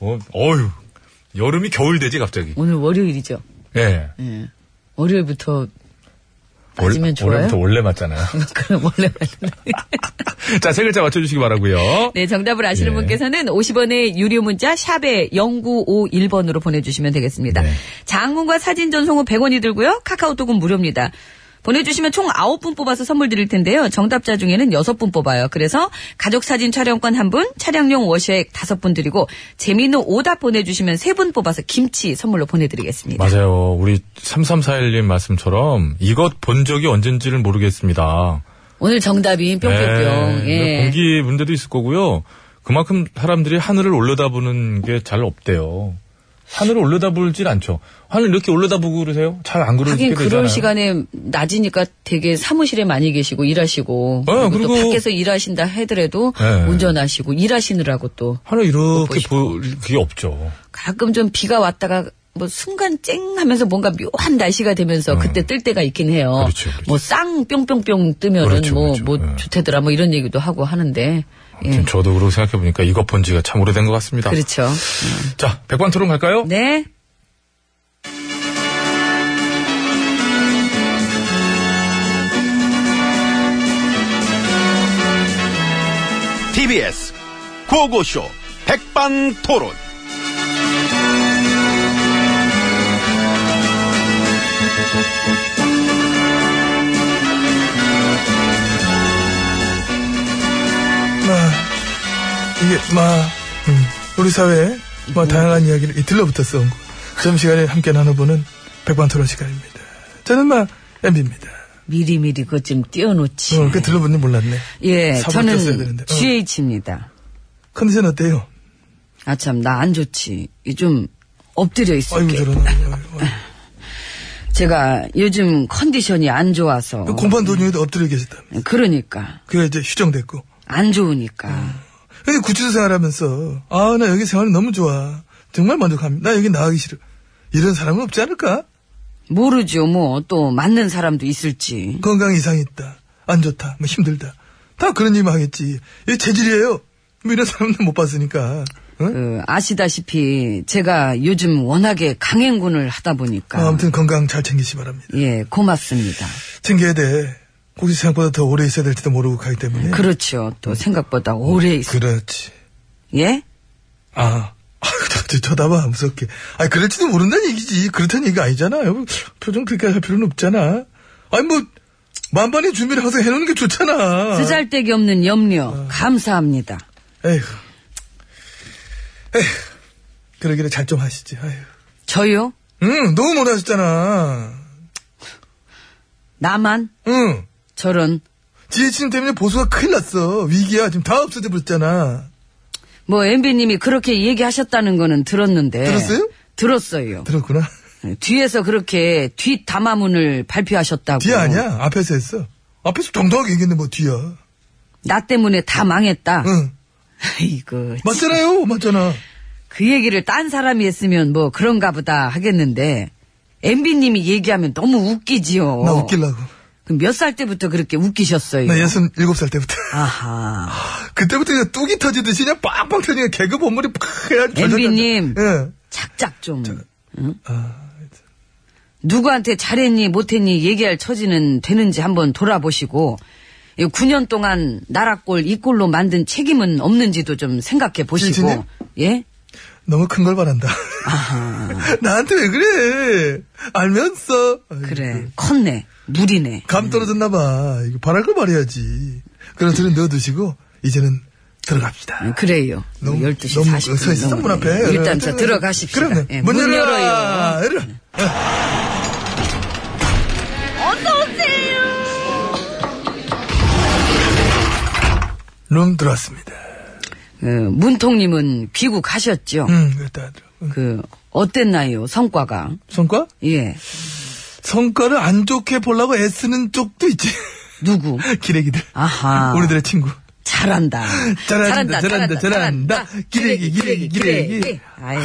Speaker 1: 어, 어휴. 여름이 겨울 되지 갑자기.
Speaker 2: 오늘 월요일이죠.
Speaker 1: 예.
Speaker 2: 예. 월요일부터
Speaker 1: 월-
Speaker 2: 맞으면 좋아요?
Speaker 1: 월요일부터 원래 맞잖아요.
Speaker 2: 그럼 원래 맞는
Speaker 1: 자, 세 글자 맞춰주시기 바라고요.
Speaker 2: 네, 정답을 아시는
Speaker 1: 예.
Speaker 2: 분께서는 50원의 유료 문자 샵에 0951번으로 보내주시면 되겠습니다.
Speaker 1: 네.
Speaker 2: 장문과 사진 전송 후 100원이 들고요. 카카오톡은 무료입니다. 보내주시면 총 9분 뽑아서 선물 드릴 텐데요. 정답자 중에는 6분 뽑아요. 그래서 가족사진 촬영권 1분, 차량용 워셔액 5분 드리고 재미있는 오답 보내주시면 3분 뽑아서 김치 선물로 보내드리겠습니다.
Speaker 1: 맞아요. 우리 3341님 말씀처럼 이것 본 적이 언젠지를 모르겠습니다.
Speaker 2: 오늘 정답이 뿅뿅뿅.
Speaker 1: 네,
Speaker 2: 예.
Speaker 1: 공기 문제도 있을 거고요. 그만큼 사람들이 하늘을 올려다보는 게 잘 없대요. 하늘을 올려다보질 않죠. 하늘 이렇게 올려다보고 그러세요? 잘 안 그러게
Speaker 2: 하긴
Speaker 1: 되잖아요.
Speaker 2: 그럴 시간에 낮이니까 되게 사무실에 많이 계시고 일하시고
Speaker 1: 네,
Speaker 2: 그리고 또
Speaker 1: 그리고-
Speaker 2: 밖에서 일하신다 하더라도
Speaker 1: 네.
Speaker 2: 운전하시고 일하시느라고 또
Speaker 1: 하늘
Speaker 2: 못
Speaker 1: 이렇게
Speaker 2: 보시고.
Speaker 1: 볼 그게 없죠.
Speaker 2: 가끔 좀 비가 왔다가 뭐 순간 쨍 하면서 뭔가 묘한 날씨가 되면서 그때 뜰 때가 있긴 해요.
Speaker 1: 네. 그렇죠, 그렇죠.
Speaker 2: 뭐 쌍 뿅뿅뿅 뜨면은
Speaker 1: 그렇죠,
Speaker 2: 뭐,
Speaker 1: 그렇죠.
Speaker 2: 뭐
Speaker 1: 네.
Speaker 2: 좋대더라 뭐 이런 얘기도 하고 하는데
Speaker 1: 아무튼
Speaker 2: 예.
Speaker 1: 저도 그러고 생각해보니까 이것 본 지가 참 오래된 것 같습니다.
Speaker 2: 그렇죠.
Speaker 1: 자, 백반 토론 갈까요?
Speaker 2: 네.
Speaker 7: TBS 고고쇼 백반토론
Speaker 9: 이게 마 음, 우리 사회에 마 다양한 이야기를 이틀로 붙어서 온 거. 점심시간에 함께 나눠보는 백반토론 시간입니다. 저는 마 MB입니다.
Speaker 2: 미리미리 그것 좀 띄워놓지.
Speaker 9: 어, 그 들러보니 몰랐네.
Speaker 2: 예,
Speaker 9: 사고를 꼈어야
Speaker 2: 저는
Speaker 9: 되는데. 어.
Speaker 2: GH입니다.
Speaker 9: 컨디션 어때요?
Speaker 2: 아 참 나 안 좋지. 이 좀 엎드려
Speaker 9: 아이고
Speaker 2: 있을게.
Speaker 9: 저런. 아이고, 아이고, 아이고.
Speaker 2: 제가 요즘 컨디션이 안 좋아서
Speaker 9: 그 공판 도중에도 엎드려 계셨다.
Speaker 2: 그러니까
Speaker 9: 그게 이제 휴정됐고.
Speaker 2: 안 좋으니까
Speaker 9: 근데 구치소 생활하면서 아 나 여기 생활이 너무 좋아. 정말 만족합니다. 나 여기 나가기 싫어. 이런 사람은 없지 않을까?
Speaker 2: 모르죠 뭐 또 맞는 사람도 있을지
Speaker 9: 건강 이상이 있다. 안 좋다. 뭐 힘들다. 다 그런 얘기만 하겠지. 이게 재질이에요. 뭐 이런 사람은 못 봤으니까. 응?
Speaker 2: 그, 아시다시피 제가 요즘 워낙에 강행군을 하다 보니까
Speaker 9: 아, 아무튼 건강 잘 챙기시 바랍니다.
Speaker 2: 예 고맙습니다
Speaker 9: 챙겨야 돼. 혹시 생각보다 더 오래 있어야 될지도 모르고 가기 때문에.
Speaker 2: 그렇죠 또 생각보다 오래 있어
Speaker 9: 그렇지.
Speaker 2: 예
Speaker 9: 아. 아유, 저, 저, 쳐다봐, 무섭게. 아니, 그럴지도 모른다는 얘기지. 그렇다는 얘기가 아니잖아. 요 표정 그렇게 할 필요는 없잖아. 아니, 뭐, 만반의 준비를 항상 해놓는 게 좋잖아. 아.
Speaker 2: 쓰잘데기 없는 염려 감사합니다
Speaker 9: 에휴. 에휴. 그러기를 잘 좀 하시지, 아휴.
Speaker 2: 저요
Speaker 9: 응, 너무 못하셨잖아.
Speaker 2: 나만
Speaker 9: 응.
Speaker 2: 저런
Speaker 9: 지혜치님 때문에 보수가 큰일 났어. 위기야. 지금 다 없어져 버렸잖아.
Speaker 2: 뭐 MB님이 그렇게 얘기하셨다는 거는 들었는데
Speaker 9: 들었어요?
Speaker 2: 들었어요
Speaker 9: 들었구나.
Speaker 2: 뒤에서 그렇게 뒷 담화문을 발표하셨다고.
Speaker 9: 뒤 아니야. 앞에서 했어. 앞에서 정당하게 얘기했는데 뭐 뒤야.
Speaker 2: 나 때문에 다 망했다.
Speaker 9: 응.
Speaker 2: 이거
Speaker 9: 맞잖아요. 맞잖아.
Speaker 2: 그 얘기를 딴 사람이 했으면 뭐 그런가 보다 하겠는데 MB님이 얘기하면 너무 웃기지요.
Speaker 9: 나 웃기려고.
Speaker 2: 그럼 몇 살 때부터 그렇게 웃기셨어요?
Speaker 9: 나 예순 일곱 살 때부터.
Speaker 2: 아하.
Speaker 9: 그때부터 그냥 뚝이 터지듯이 그냥 빵빵 터지니까 개그 본물이 팍 해가지고. 절절-
Speaker 2: MB님.
Speaker 9: 예. 아,
Speaker 2: 작작 좀. 응? 누구한테 잘했니 못했니 얘기할 처지는 되는지 한번 돌아보시고 9년 동안 나라꼴 이꼴로 만든 책임은 없는지도 좀 생각해
Speaker 9: 진진님?
Speaker 2: 보시고 예?
Speaker 9: 너무 큰 걸 바란다. 나한테 왜 그래? 알면서. 아이고.
Speaker 2: 그래 컸네 무리네
Speaker 9: 감 떨어졌나 봐. 이거 바랄 걸 말해야지. 그런 소리 넣어두시고 이제는 들어갑니다.
Speaker 2: 음, 그래요
Speaker 9: 너무-
Speaker 2: 12시
Speaker 9: 너무
Speaker 2: 40분 음,
Speaker 9: 서 있어, 문 앞에.
Speaker 2: 일단 자 들어가십시다
Speaker 9: 네, 그럼요.
Speaker 2: 예,
Speaker 9: 문, 열어요.
Speaker 2: 열어요.
Speaker 9: 열어. 룸 들어왔습니다.
Speaker 2: 그, 문통님은 귀국하셨죠
Speaker 9: 음, 일단 들어. 음.
Speaker 2: 그 어땠나요 성과가
Speaker 9: 성과?
Speaker 2: 예
Speaker 9: 성과를 안 좋게 보려고 애쓰는 쪽도 있지.
Speaker 2: 누구
Speaker 9: 기레기들.
Speaker 2: 아하.
Speaker 9: 우리들의 친구.
Speaker 2: 잘한다.
Speaker 9: 잘한다, 잘한다, 잘한다. 기레기, 기레기, 기레기.
Speaker 2: 아이고,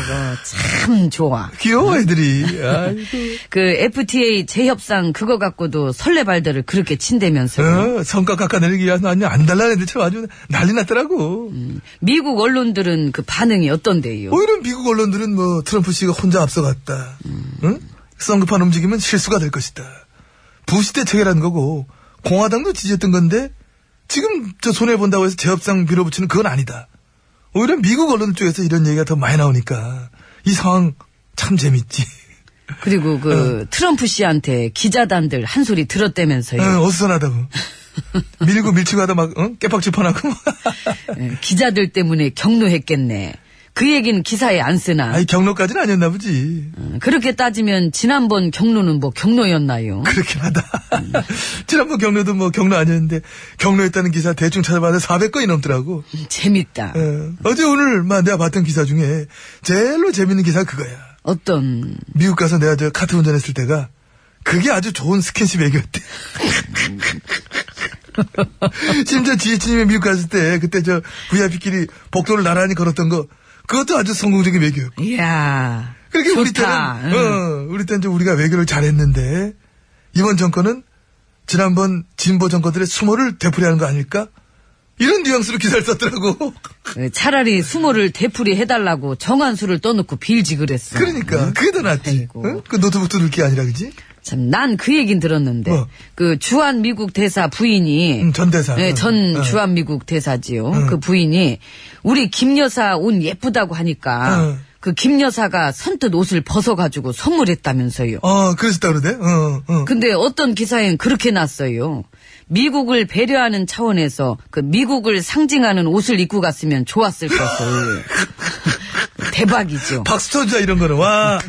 Speaker 2: 참 좋아.
Speaker 9: 귀여워, 애들이. 아이.
Speaker 2: 그 FTA 재협상 그거 갖고도 설레발들을 그렇게 친대면서.
Speaker 9: 어, 성과 깎아내리기 위해서 아니, 안 달라는 애들 참 아주 난리 났더라고.
Speaker 2: 음, 미국 언론들은 그 반응이 어떤데요?
Speaker 9: 오히려 미국 언론들은 뭐 트럼프 씨가 혼자 앞서갔다.
Speaker 2: 음.
Speaker 9: 응? 성급한 움직임은 실수가 될 것이다. 부시 대책이라는 거고 공화당도 지지했던 건데 지금 저 손해 본다고 해서 재협상 밀어붙이는 그건 아니다. 오히려 미국 언론 쪽에서 이런 얘기가 더 많이 나오니까 이 상황 참 재밌지.
Speaker 2: 그리고
Speaker 9: 어.
Speaker 2: 그 트럼프 씨한테 기자단들 한 소리 들었다면서요.
Speaker 9: 응, 어수선하다고. 밀고 밀치고 하다 막 응? 깨박질판하고. 뭐.
Speaker 2: 예, 기자들 때문에 경로했겠네. 그 얘기는 기사에 안 쓰나.
Speaker 9: 아이 경로까지는 아니었나 보지.
Speaker 2: 음, 그렇게 따지면 지난번 경로는 뭐 경로였나요?
Speaker 9: 그렇긴 하다. 지난번 경로도 뭐 경로 아니었는데 경로했다는 기사 대충 찾아봤는데 400건이 넘더라고.
Speaker 2: 음, 재밌다.
Speaker 9: 예. 어제 오늘 막 내가 봤던 기사 중에 제일로 재밌는 기사 그거야.
Speaker 2: 어떤
Speaker 9: 미국 가서 내가 저 카트 운전했을 때가 그게 아주 좋은 스킨십 애교였대. 심지어 지혜진님이 미국 갔을 때 그때 저 VIP끼리 복도를 나란히 걸었던 거 그것도 아주 성공적인 외교였고.
Speaker 2: 이야.
Speaker 9: 그렇게 우리
Speaker 2: 좋다.
Speaker 9: 때는
Speaker 2: 응.
Speaker 9: 어, 우리 때는 좀 우리가 외교를 잘했는데 이번 정권은 지난번 진보 정권들의 수모를 되풀이하는 거 아닐까? 이런 뉘앙스로 기사를 썼더라고.
Speaker 2: 어, 차라리 수모를 되풀이 해달라고 정한수를 떠놓고 빌지 그랬어.
Speaker 9: 그러니까 그게 더 낫지.
Speaker 2: 아이고.
Speaker 9: 응? 그 노트북 뚫을 게 아니라 그지?
Speaker 2: 참, 난 그 얘긴 들었는데.
Speaker 9: 뭐?
Speaker 2: 그 주한 미국 대사 부인이.
Speaker 9: 음, 전 대사. 어.
Speaker 2: 네,
Speaker 9: 응,
Speaker 2: 전
Speaker 9: 응.
Speaker 2: 주한 미국 대사지요.
Speaker 9: 응.
Speaker 2: 그 부인이 우리 김 여사 옷 예쁘다고 하니까
Speaker 9: 응.
Speaker 2: 그 김 여사가 선뜻 옷을 벗어가지고 선물했다면서요.
Speaker 9: 어, 그랬었다 그러대. 어, 어.
Speaker 2: 근데 어떤 기사엔 그렇게 났어요. 미국을 배려하는 차원에서 그 미국을 상징하는 옷을 입고 갔으면 좋았을 것을. 대박이죠.
Speaker 9: 박수 쳐주자 이런 거는 와.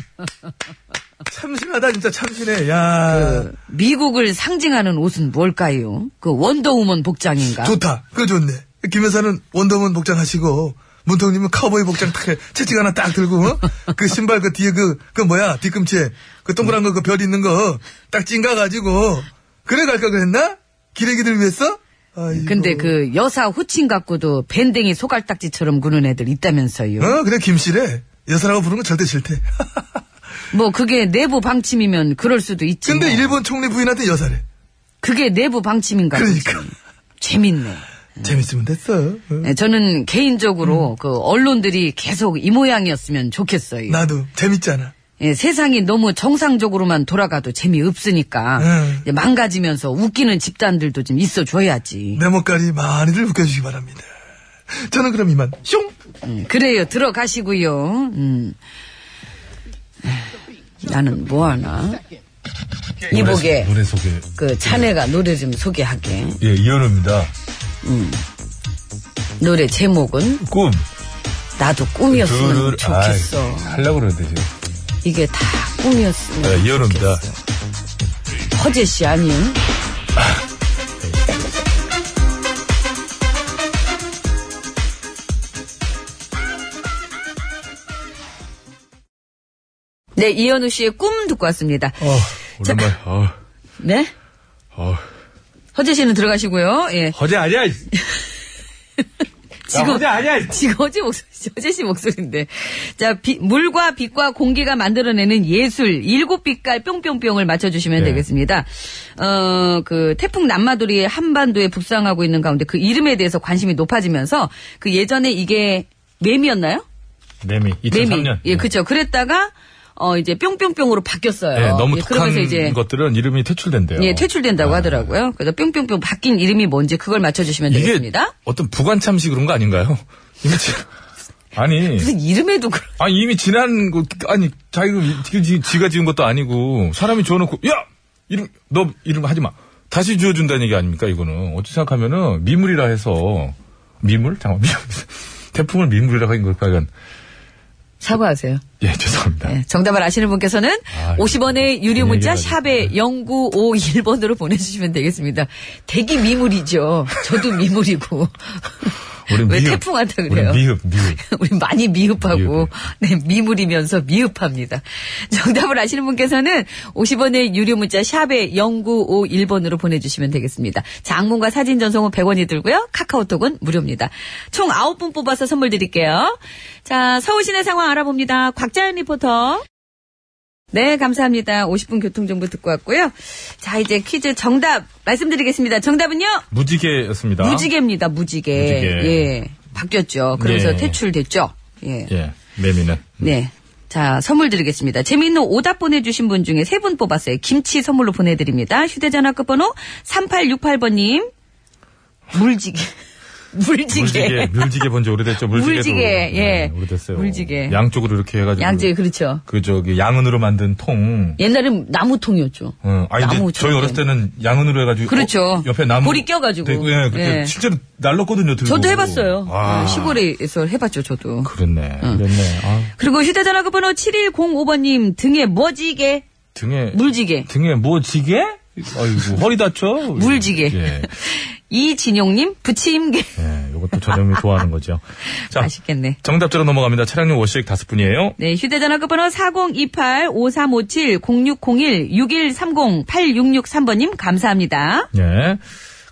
Speaker 9: 참신하다 진짜 참신해. 야.
Speaker 2: 그 미국을 상징하는 옷은 뭘까요? 그 원더우먼 복장인가?
Speaker 9: 좋다. 그거 좋네. 김 여사는 원더우먼 복장 하시고, 문통님은 카우보이 복장 탁, 해. 채찍 하나 딱 들고, 어? 그 신발 그 뒤에 그, 그 뭐야, 뒤꿈치에, 그 동그란 거, 그 별 있는 거, 딱 찡가가지고, 그래 갈까 그랬나? 기레기들 위해서? 아이고.
Speaker 2: 근데 그 여사 호칭 갖고도 밴댕이 소갈딱지처럼 구는 애들 있다면서요.
Speaker 9: 어, 그냥 김씨래. 여사라고 부르는 거 절대 싫대.
Speaker 2: 뭐 그게 내부 방침이면 그럴 수도 있지.
Speaker 9: 근데
Speaker 2: 뭐.
Speaker 9: 일본 총리 부인한테 여사래.
Speaker 2: 그게 내부 방침인가? 보지.
Speaker 9: 그러니까.
Speaker 2: 재밌네.
Speaker 9: 재밌으면 됐어. 어.
Speaker 2: 네, 저는 개인적으로 그 언론들이 계속 이 모양이었으면 좋겠어요.
Speaker 9: 나도. 재밌잖아.
Speaker 2: 예, 세상이 너무 정상적으로만 돌아가도 재미없으니까
Speaker 9: 응.
Speaker 2: 이제 망가지면서 웃기는 집단들도 좀 있어줘야지.
Speaker 9: 내 목걸이 많이들 웃겨주시기 바랍니다. 저는 그럼 이만, 숑!
Speaker 2: 음, 그래요. 들어가시고요. 음. 나는 뭐 하나? 이복에
Speaker 1: 노래 소개.
Speaker 2: 그 자네가 노래 좀 소개하게.
Speaker 1: 예, 이현우입니다.
Speaker 2: 음. 노래 제목은
Speaker 1: 꿈.
Speaker 2: 나도 꿈이었으면 좋겠어.
Speaker 1: 아이, 하려고 그러는데, 지금.
Speaker 2: 이게 다 꿈이었으면.
Speaker 1: 네, 이현우입니다.
Speaker 2: 허재 씨 아니요? 네, 이현우 씨의 꿈 듣고 왔습니다.
Speaker 9: 어.
Speaker 1: 오랜만에. 어,
Speaker 2: 네?
Speaker 1: 어.
Speaker 2: 허재 씨는 들어가시고요. 예.
Speaker 1: 허재 아니야. 이-
Speaker 2: 지금
Speaker 1: 허재 아니야. 이-
Speaker 2: 지금 허재 목소리, 허재 씨 목소리인데. 자, 비- 물과 빛과 공기가 만들어내는 예술 일곱 빛깔 뿅뿅뿅을 맞춰주시면
Speaker 1: 네.
Speaker 2: 되겠습니다. 어, 그 태풍 남마돌이 한반도에 북상하고 있는 가운데 그 이름에 대해서 관심이 높아지면서 그 예전에 이게 매미였나요?
Speaker 1: 매미. 2003년. 네.
Speaker 2: 매미. 예, 그쵸. 그랬다가 어 이제 뿅뿅뿅으로 바뀌었어요.
Speaker 1: 네, 너무
Speaker 2: 예,
Speaker 1: 독한
Speaker 2: 그러면서 이제
Speaker 1: 것들은 이름이 퇴출된대요. 네.
Speaker 2: 예, 퇴출된다고 하더라고요. 그래서 뿅뿅뿅 바뀐 이름이 뭔지 그걸 맞춰주시면
Speaker 1: 이게
Speaker 2: 되겠습니다.
Speaker 1: 어떤 부관참시 그런 거 아닌가요? 이미 지, 아니
Speaker 2: 무슨 이름에도 그런
Speaker 1: 아니 이미 지난 거 아니 자기가 그, 지- 지- 지가 지은 것도 아니고 사람이 지어놓고 야 이름 너 이름 하지 마 다시 지어준다는 얘기 아닙니까 이거는 어찌 생각하면은 미물이라 해서 미물 잠깐 미물 태풍을 미물이라고 하긴 그럴까 약간
Speaker 2: 사과하세요.
Speaker 1: 예 죄송합니다
Speaker 2: 예, 정답을 아시는 분께서는
Speaker 1: 아,
Speaker 2: 50원의 유료
Speaker 1: 예,
Speaker 2: 문자
Speaker 1: 예,
Speaker 2: 샵에 0951번으로 보내주시면 되겠습니다. 대기 미물이죠. 저도 미물이고.
Speaker 1: 우리
Speaker 2: 왜
Speaker 1: 미흡.
Speaker 2: 태풍한다
Speaker 1: 우리
Speaker 2: 그래요?
Speaker 1: 미흡 미흡
Speaker 2: 우리 많이 미흡하고
Speaker 1: 미흡해요.
Speaker 2: 네, 미물이면서 미흡합니다. 정답을 아시는 분께서는 50원의 유료 문자 샵에 0951번으로 보내주시면 되겠습니다. 장문과 사진 전송은 100원이 들고요. 카카오톡은 무료입니다. 총 9분 뽑아서 선물 드릴게요. 자, 서울시내 상황 알아봅니다. 곽자연 리포터. 네, 감사합니다. 50분 교통정보 듣고 왔고요. 자, 이제 퀴즈 정답 말씀드리겠습니다. 정답은요?
Speaker 1: 무지개였습니다
Speaker 2: 무지개입니다, 무지개.
Speaker 1: 무지개.
Speaker 2: 예. 바뀌었죠. 그러면서
Speaker 1: 예.
Speaker 2: 퇴출됐죠. 예.
Speaker 1: 예 매미는
Speaker 2: 네. 자, 선물 드리겠습니다. 재미있는 오답 보내주신 분 중에 세 분 뽑았어요. 김치 선물로 보내드립니다. 휴대전화 끝번호 3868번님. 물지개. 물지개.
Speaker 1: 물지개, 물지개 본 지 오래됐죠. 물지개도.
Speaker 2: 물지개, 예.
Speaker 1: 네, 오래됐어요.
Speaker 2: 물지개.
Speaker 1: 양쪽으로 이렇게 해가지고.
Speaker 2: 양재, 그렇죠.
Speaker 1: 그 저기 양은으로 만든 통.
Speaker 2: 옛날엔 나무통이었죠.
Speaker 1: 어, 아니 근데
Speaker 2: 나무처럼
Speaker 1: 저희 어렸을 때는 양은으로 해가지고.
Speaker 2: 그렇죠.
Speaker 1: 어, 옆에 나무.
Speaker 2: 볼이 껴가지고.
Speaker 1: 네, 예, 그때
Speaker 2: 예.
Speaker 1: 실제로 날랐거든요. 들고.
Speaker 2: 저도 해봤어요.
Speaker 1: 아,
Speaker 2: 네, 시골에서 해봤죠, 저도.
Speaker 1: 그랬네. 그랬네. 아,
Speaker 2: 그리고 휴대전화 끝번호 7105번님 등에 뭐지개?
Speaker 1: 등에.
Speaker 2: 물지개.
Speaker 1: 등에 뭐 지게? 아이고 허리 다쳐.
Speaker 2: 물지개.
Speaker 1: 예.
Speaker 2: 이진용님 부침개.
Speaker 1: 예, 요것도 저녁이 좋아하는 거죠. 자,
Speaker 2: 맛있겠네.
Speaker 1: 정답자로 넘어갑니다. 차량용 워식 다섯 분이에요.
Speaker 2: 네, 휴대전화 끝번호 4028-5357-0601-6130-8663번님 감사합니다.
Speaker 1: 예.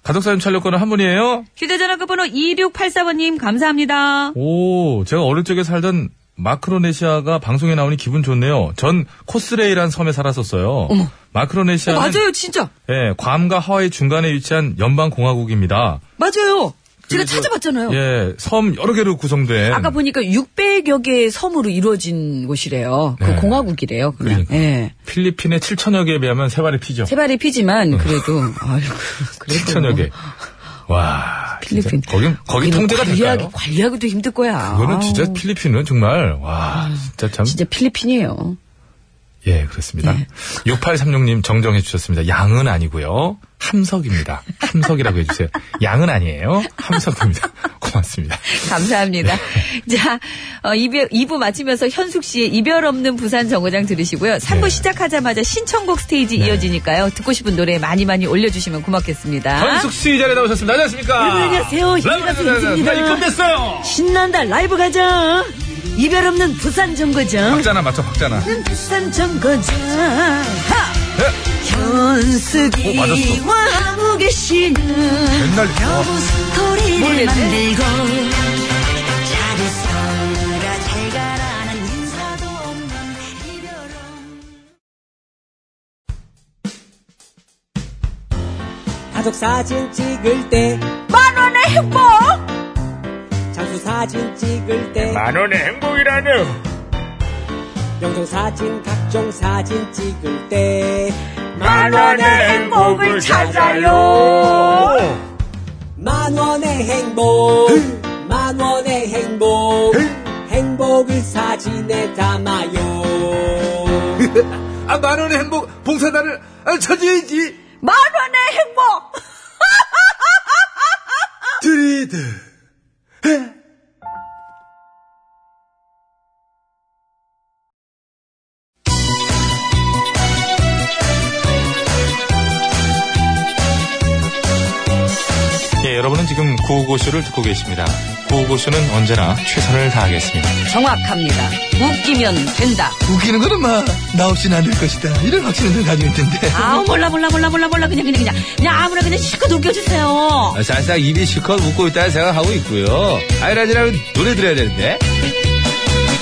Speaker 1: 가족사진 촬영권은 한 분이에요.
Speaker 2: 휴대전화 끝번호 2684번님 감사합니다.
Speaker 1: 오, 제가 어릴 적에 살던 마크로네시아가 방송에 나오니 기분 좋네요. 전 코스레이란 섬에 살았었어요.
Speaker 2: 어,
Speaker 1: 마크로네시아는
Speaker 2: 맞아요, 진짜.
Speaker 1: 예, 괌과 하와이 중간에 위치한 연방 공화국입니다.
Speaker 2: 맞아요. 제가
Speaker 1: 그리고-
Speaker 2: 찾아봤잖아요.
Speaker 1: 예, 네. 섬 여러 개로 구성된
Speaker 2: 어. 아까 보니까 600여 개의 섬으로 이루어진 곳이래요. 그
Speaker 1: 네.
Speaker 2: 공화국이래요. 그냥.
Speaker 1: 그러니까.
Speaker 2: 예.
Speaker 1: 필리핀의 7천여 개에 비하면 세 발이 피죠.
Speaker 2: 세발이 피지만 그래도 아이고 그래도
Speaker 1: 7천여 개.
Speaker 2: 뭐
Speaker 1: 와, 진짜
Speaker 2: 필리핀.
Speaker 1: 거긴 거기
Speaker 2: 거기는
Speaker 1: 통제가
Speaker 2: 관리하기,
Speaker 1: 될까요?
Speaker 2: 관리하기도 힘들 거야.
Speaker 1: 그거는 진짜
Speaker 2: 아우,
Speaker 1: 필리핀은 정말 와, 진짜 참
Speaker 2: 진짜 필리핀이에요.
Speaker 1: 예, 그렇습니다.
Speaker 10: 네.
Speaker 1: 6836님 정정해 주셨습니다. 양은 아니고요. 함석입니다. 함석이라고 해주세요. 양은 아니에요. 함석입니다. 고맙습니다.
Speaker 2: 감사합니다.
Speaker 1: 네.
Speaker 2: 자, 어, 2부, 2부 마치면서 현숙 씨의 이별 없는 부산 정거장 들으시고요. 3부
Speaker 1: 네.
Speaker 2: 시작하자마자 신청곡 스테이지 이어지니까요. 듣고 싶은 노래 많이 많이 올려주시면
Speaker 4: 아?
Speaker 2: 고맙겠습니다.
Speaker 1: 현숙 씨 자리에 나오셨습니다. 안녕하십니까? 네,
Speaker 2: 여러분 안녕하세요.
Speaker 1: 라이브
Speaker 2: 힘내서
Speaker 1: 나입금
Speaker 2: 인사입니다.
Speaker 1: 됐어요
Speaker 2: 신난다 라이브 가자. 이별 없는 부산 정거장.
Speaker 1: 박자나 맞춰, 박자나.
Speaker 2: 부산 정거장. 하! 현숙이
Speaker 1: 예. 어, 맞았어.
Speaker 2: 와 하고 계시는
Speaker 1: 맨날 어.
Speaker 6: 스토리를
Speaker 2: 모르겠네.
Speaker 6: 만들고 잘있어라 잘 가라는 인사도 없는 이별 없는
Speaker 8: 가족 사진 찍을 때
Speaker 2: 만원의 행복.
Speaker 8: 장수 사진 찍을 때
Speaker 1: 만원의 행복이라뇨.
Speaker 8: 영정 사진 각종 사진 찍을 때
Speaker 2: 만원의 행복을 찾아요.
Speaker 8: 만원의 행복 만원의 행복 행복을 사진에 담아요
Speaker 9: 아, 만원의 행복 봉사단을 아, 찾아야지.
Speaker 2: 만원의 행복.
Speaker 9: 드리드.
Speaker 1: 예, 여러분은 지금 구호고쇼를 듣고 계십니다. 구호고쇼는 언제나 최선을 다하겠습니다.
Speaker 2: 정확합니다. 웃기면 된다.
Speaker 9: 웃기는 거는 막, 나 없이는 안 될 것이다. 이런 확신을 가지고 있던데.
Speaker 2: 아우 몰라 몰라 몰라 몰라 몰라 그냥 그냥 그냥 그냥 아무나 그냥 실컷 웃겨주세요.
Speaker 4: 아, 살짝 입이 실컷 웃고 있다는 생각하고 있고요. 아이라지라면 노래 들어야 되는데.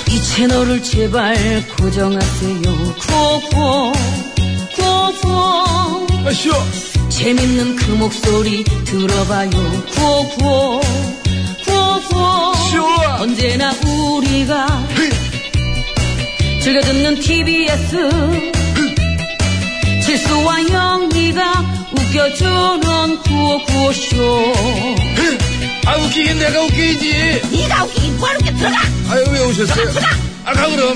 Speaker 2: 이 채널을 제발 고정하세요. 구호구호 구호구호
Speaker 9: 아, 쉬어.
Speaker 2: 재밌는 그 목소리 들어봐요. 구호구호 구호구호 언제나 우리가 즐겨 듣는 TBS 실수와 영리가 웃겨주는 구호구호쇼
Speaker 4: 아, 웃기긴 내가 웃기지.
Speaker 5: 네가 웃기긴 뭐하는게 들어가
Speaker 9: 아유, 왜 오셨어요?
Speaker 4: 아, 가 그럼.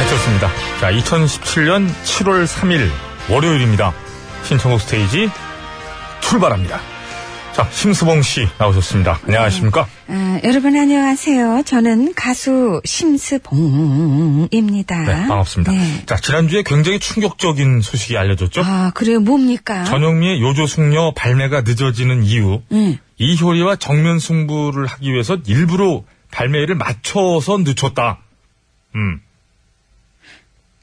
Speaker 1: 해쳤습니다. 자, 2017년 7월 3일 월요일입니다. 신청곡 스테이지 출발합니다. 자, 심수봉 씨 나오셨습니다. 안녕하십니까?
Speaker 10: 아, 여러분 안녕하세요. 저는 가수 심스봉입니다.
Speaker 1: 네, 반갑습니다.
Speaker 10: 네.
Speaker 1: 자, 지난주에 굉장히 충격적인 소식이 알려졌죠?
Speaker 10: 아, 그래요? 뭡니까?
Speaker 1: 전영미의 요조숙녀 발매가 늦어지는 이유.
Speaker 10: 예,
Speaker 1: 이효리와 정면 승부를 하기 위해서 일부러 발매를 맞춰서 늦췄다. 음,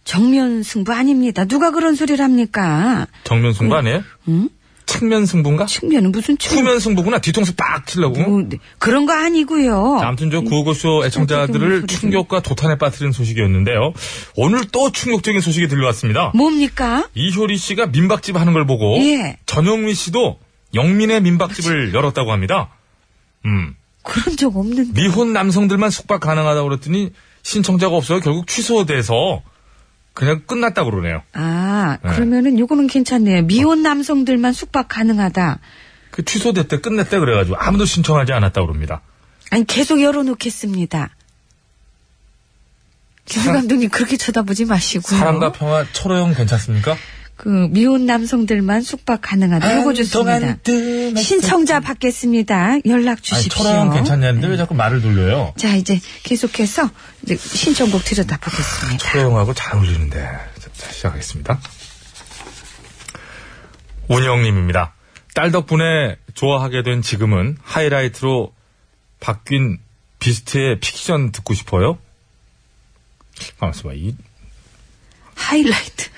Speaker 10: 정면 승부 아닙니다. 누가 그런 소리를 합니까?
Speaker 1: 정면 승부 아니에요? 측면 승부인가?
Speaker 10: 어? 측면은 무슨 측
Speaker 1: 후면 승부구나. 뒤통수 빡 치려고.
Speaker 10: 뭐, 네. 그런 거 아니고요.
Speaker 1: 자, 아무튼 저 구호고쇼
Speaker 10: 어떻게
Speaker 1: 애청자들을
Speaker 10: 웃는 소리죠?
Speaker 1: 충격과 도탄에 빠뜨린 소식이었는데요. 오늘 또 충격적인 소식이 들려왔습니다.
Speaker 10: 뭡니까?
Speaker 1: 이효리 씨가 민박집 하는 걸 보고
Speaker 10: 뭐? 예.
Speaker 1: 전영미 씨도 영민의 민박집을 열었다고 합니다. 음.
Speaker 10: 그런 적 없는데.
Speaker 1: 미혼 남성들만 숙박 가능하다고 그랬더니 신청자가 없어요. 결국 취소돼서 그냥 끝났다고 그러네요.
Speaker 10: 아,
Speaker 1: 네.
Speaker 10: 그러면은 요거는 괜찮네요. 미혼 남성들만 숙박 가능하다.
Speaker 1: 그 취소됐대 끝냈대 그래가지고 아무도 신청하지 않았다고 그럽니다.
Speaker 10: 아니, 계속 열어놓겠습니다. 김 감독님 그렇게 쳐다보지 마시고요.
Speaker 1: 사랑과 평화 철호형 괜찮습니까?
Speaker 10: 그 미혼 남성들만 숙박 가능하다. 요거 좋습니다. 신청자 받겠습니다. 연락
Speaker 1: 아니,
Speaker 10: 주십시오. 네.
Speaker 1: 철호형 괜찮냐는데 왜 자꾸 말을 돌려요?
Speaker 10: 자 이제 계속해서 이제 신청곡 들여다보겠습니다.
Speaker 1: 소영하고 잘 어울리는데. 자, 자, 시작하겠습니다. 운영님입니다. 딸 덕분에 좋아하게 된 지금은 하이라이트로 바뀐 비스트의 픽션 듣고 싶어요? 가만있어 봐. 이,
Speaker 10: 하이라이트.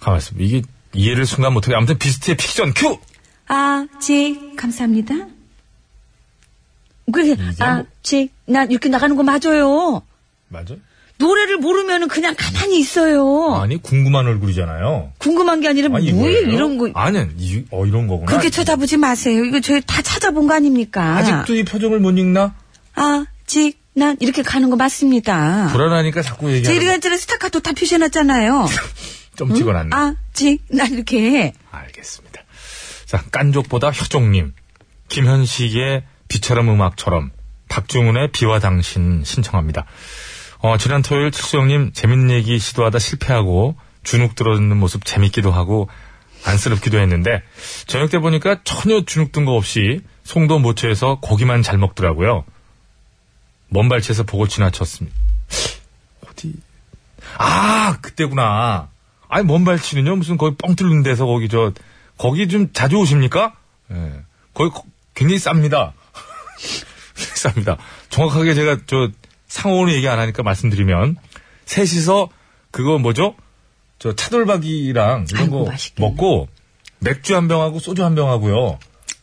Speaker 1: 가만있어 봐. 이게 이해를 순간 못하게. 아무튼 비스트의 픽션 큐!
Speaker 10: 아직 감사합니다. 그래 아직 나 이렇게 나가는 거 맞아요.
Speaker 1: 뭐 맞아?
Speaker 10: 노래를 모르면 그냥 가만히 있어요.
Speaker 1: 아니, 궁금한 얼굴이잖아요.
Speaker 10: 궁금한 게 아니라
Speaker 1: 아니,
Speaker 10: 뭐일
Speaker 1: 이거예요?
Speaker 10: 이런 거
Speaker 1: 아니, 이, 어, 이런 거구나.
Speaker 10: 그렇게 쳐다보지 마세요. 이거 저희 다 찾아본 거 아닙니까?
Speaker 1: 아직도 이 표정을 못 읽나?
Speaker 10: 아직 난 이렇게 가는 거 맞습니다.
Speaker 1: 불안하니까 자꾸
Speaker 10: 아. 제
Speaker 1: 그 얘기하는
Speaker 10: 이름 한자는 스타카토 다 표시해놨잖아요.
Speaker 1: 좀 찍어놨네.
Speaker 10: 아직 난 이렇게
Speaker 1: 알겠습니다. 자, 깐족보다 혁종님, 김현식의 비처럼 음악처럼, 박주문의 비와 당신 신청합니다. 어, 지난 토요일 칠수영님 재밌는 얘기 시도하다 실패하고, 주눅 들어있는 모습 재밌기도 하고, 안쓰럽기도 했는데, 저녁 때 보니까 전혀 주눅 든 거 없이, 송도 모처에서 고기만 잘 먹더라고요. 먼 발치에서 보고 지나쳤습니다. 어디, 아, 그때구나. 아니, 먼 발치는요? 무슨 거기 뻥 뚫는 데서 거기 저, 거기 좀 자주 오십니까? 예. 거기 거- 굉장히 쌉니다. 쌉니다. 정확하게 제가 저, 상호는 얘기 안 하니까 말씀드리면, 셋이서 그거 뭐죠? 저 차돌박이랑 이런
Speaker 10: 아이고,
Speaker 1: 거
Speaker 10: 맛있겠네.
Speaker 1: 먹고, 맥주 한 병하고 소주 한 병하고요.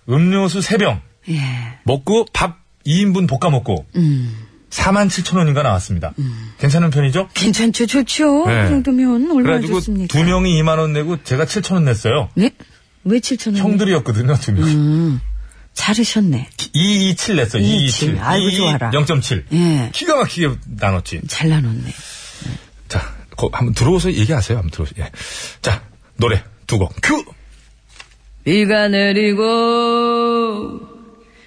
Speaker 1: 음료수 세 병
Speaker 10: 예.
Speaker 1: 먹고 밥 2인분 볶아 먹고
Speaker 10: 음.
Speaker 1: 4만 7천 원인가 나왔습니다. 괜찮은 편이죠?
Speaker 10: 괜찮죠, 좋죠.
Speaker 1: 네.
Speaker 10: 그 정도면 얼마나
Speaker 1: 그래가지고
Speaker 10: 좋습니까?
Speaker 1: 두 명이 2만 원 내고 제가 7천 원 냈어요.
Speaker 10: 네? 왜 7천 음, 원?
Speaker 1: 형들이었거든요, 두 명.
Speaker 10: 자르셨네.
Speaker 1: 227 냈어요.
Speaker 10: 227.
Speaker 1: 227.
Speaker 10: 아이고, 좋아라.
Speaker 1: 0.7.
Speaker 10: 예.
Speaker 1: 기가 막히게 나눴지.
Speaker 10: 잘 나눴네.
Speaker 1: 자, 거, 한번 들어오서 얘기하세요. 한번 들어오세요. 예. 자, 노래 두 곡. 큐.
Speaker 2: 비가 내리고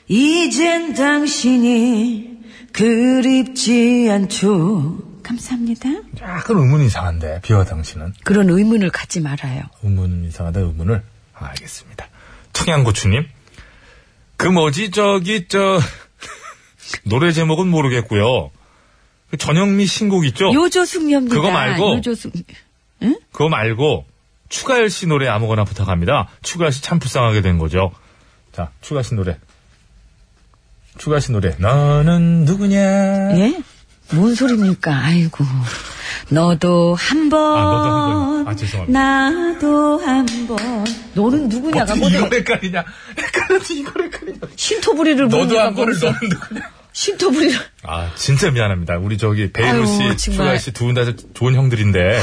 Speaker 2: 이젠 당신이 그립지 않죠
Speaker 10: 네. 감사합니다.
Speaker 4: 약간 의문이 이상한데 비와 당신은
Speaker 2: 그런 의문을 갖지 말아요.
Speaker 4: 의문 이상하다 의문을 아, 알겠습니다. 청양고추님 그 뭐지 저기 저
Speaker 1: 노래 제목은 모르겠고요. 그 전영미 신곡 있죠?
Speaker 2: 요조숙녀입니다.
Speaker 1: 그거 말고.
Speaker 2: 요조숙
Speaker 1: 그거 말고 추가열 씨 노래 아무거나 부탁합니다. 추가열 씨 참 불쌍하게 된 거죠.
Speaker 4: 자, 추가 신 노래. 추가 신 노래. 너는 누구냐?
Speaker 2: 예? 뭔 소리입니까? 아이고. 너도 한 번.
Speaker 1: 아, 너도 한 번.
Speaker 10: 어,
Speaker 1: 아, 죄송합니다.
Speaker 2: 나도 한 번. 너는
Speaker 1: 어,
Speaker 2: 누구냐가 뭐
Speaker 4: 이걸 헷갈리냐? 헷갈렸지, 이걸 헷갈리냐?
Speaker 2: 신토부리를
Speaker 4: 너도
Speaker 2: 모르냐가
Speaker 4: 한 번을
Speaker 2: 모르죠.
Speaker 4: 너는 누구냐?
Speaker 2: 신토부리를.
Speaker 1: 아 진짜 미안합니다. 우리 저기 배인우
Speaker 2: 아유,
Speaker 1: 씨,
Speaker 2: 정말.
Speaker 1: 추가열 씨 두 분 다 좋은 형들인데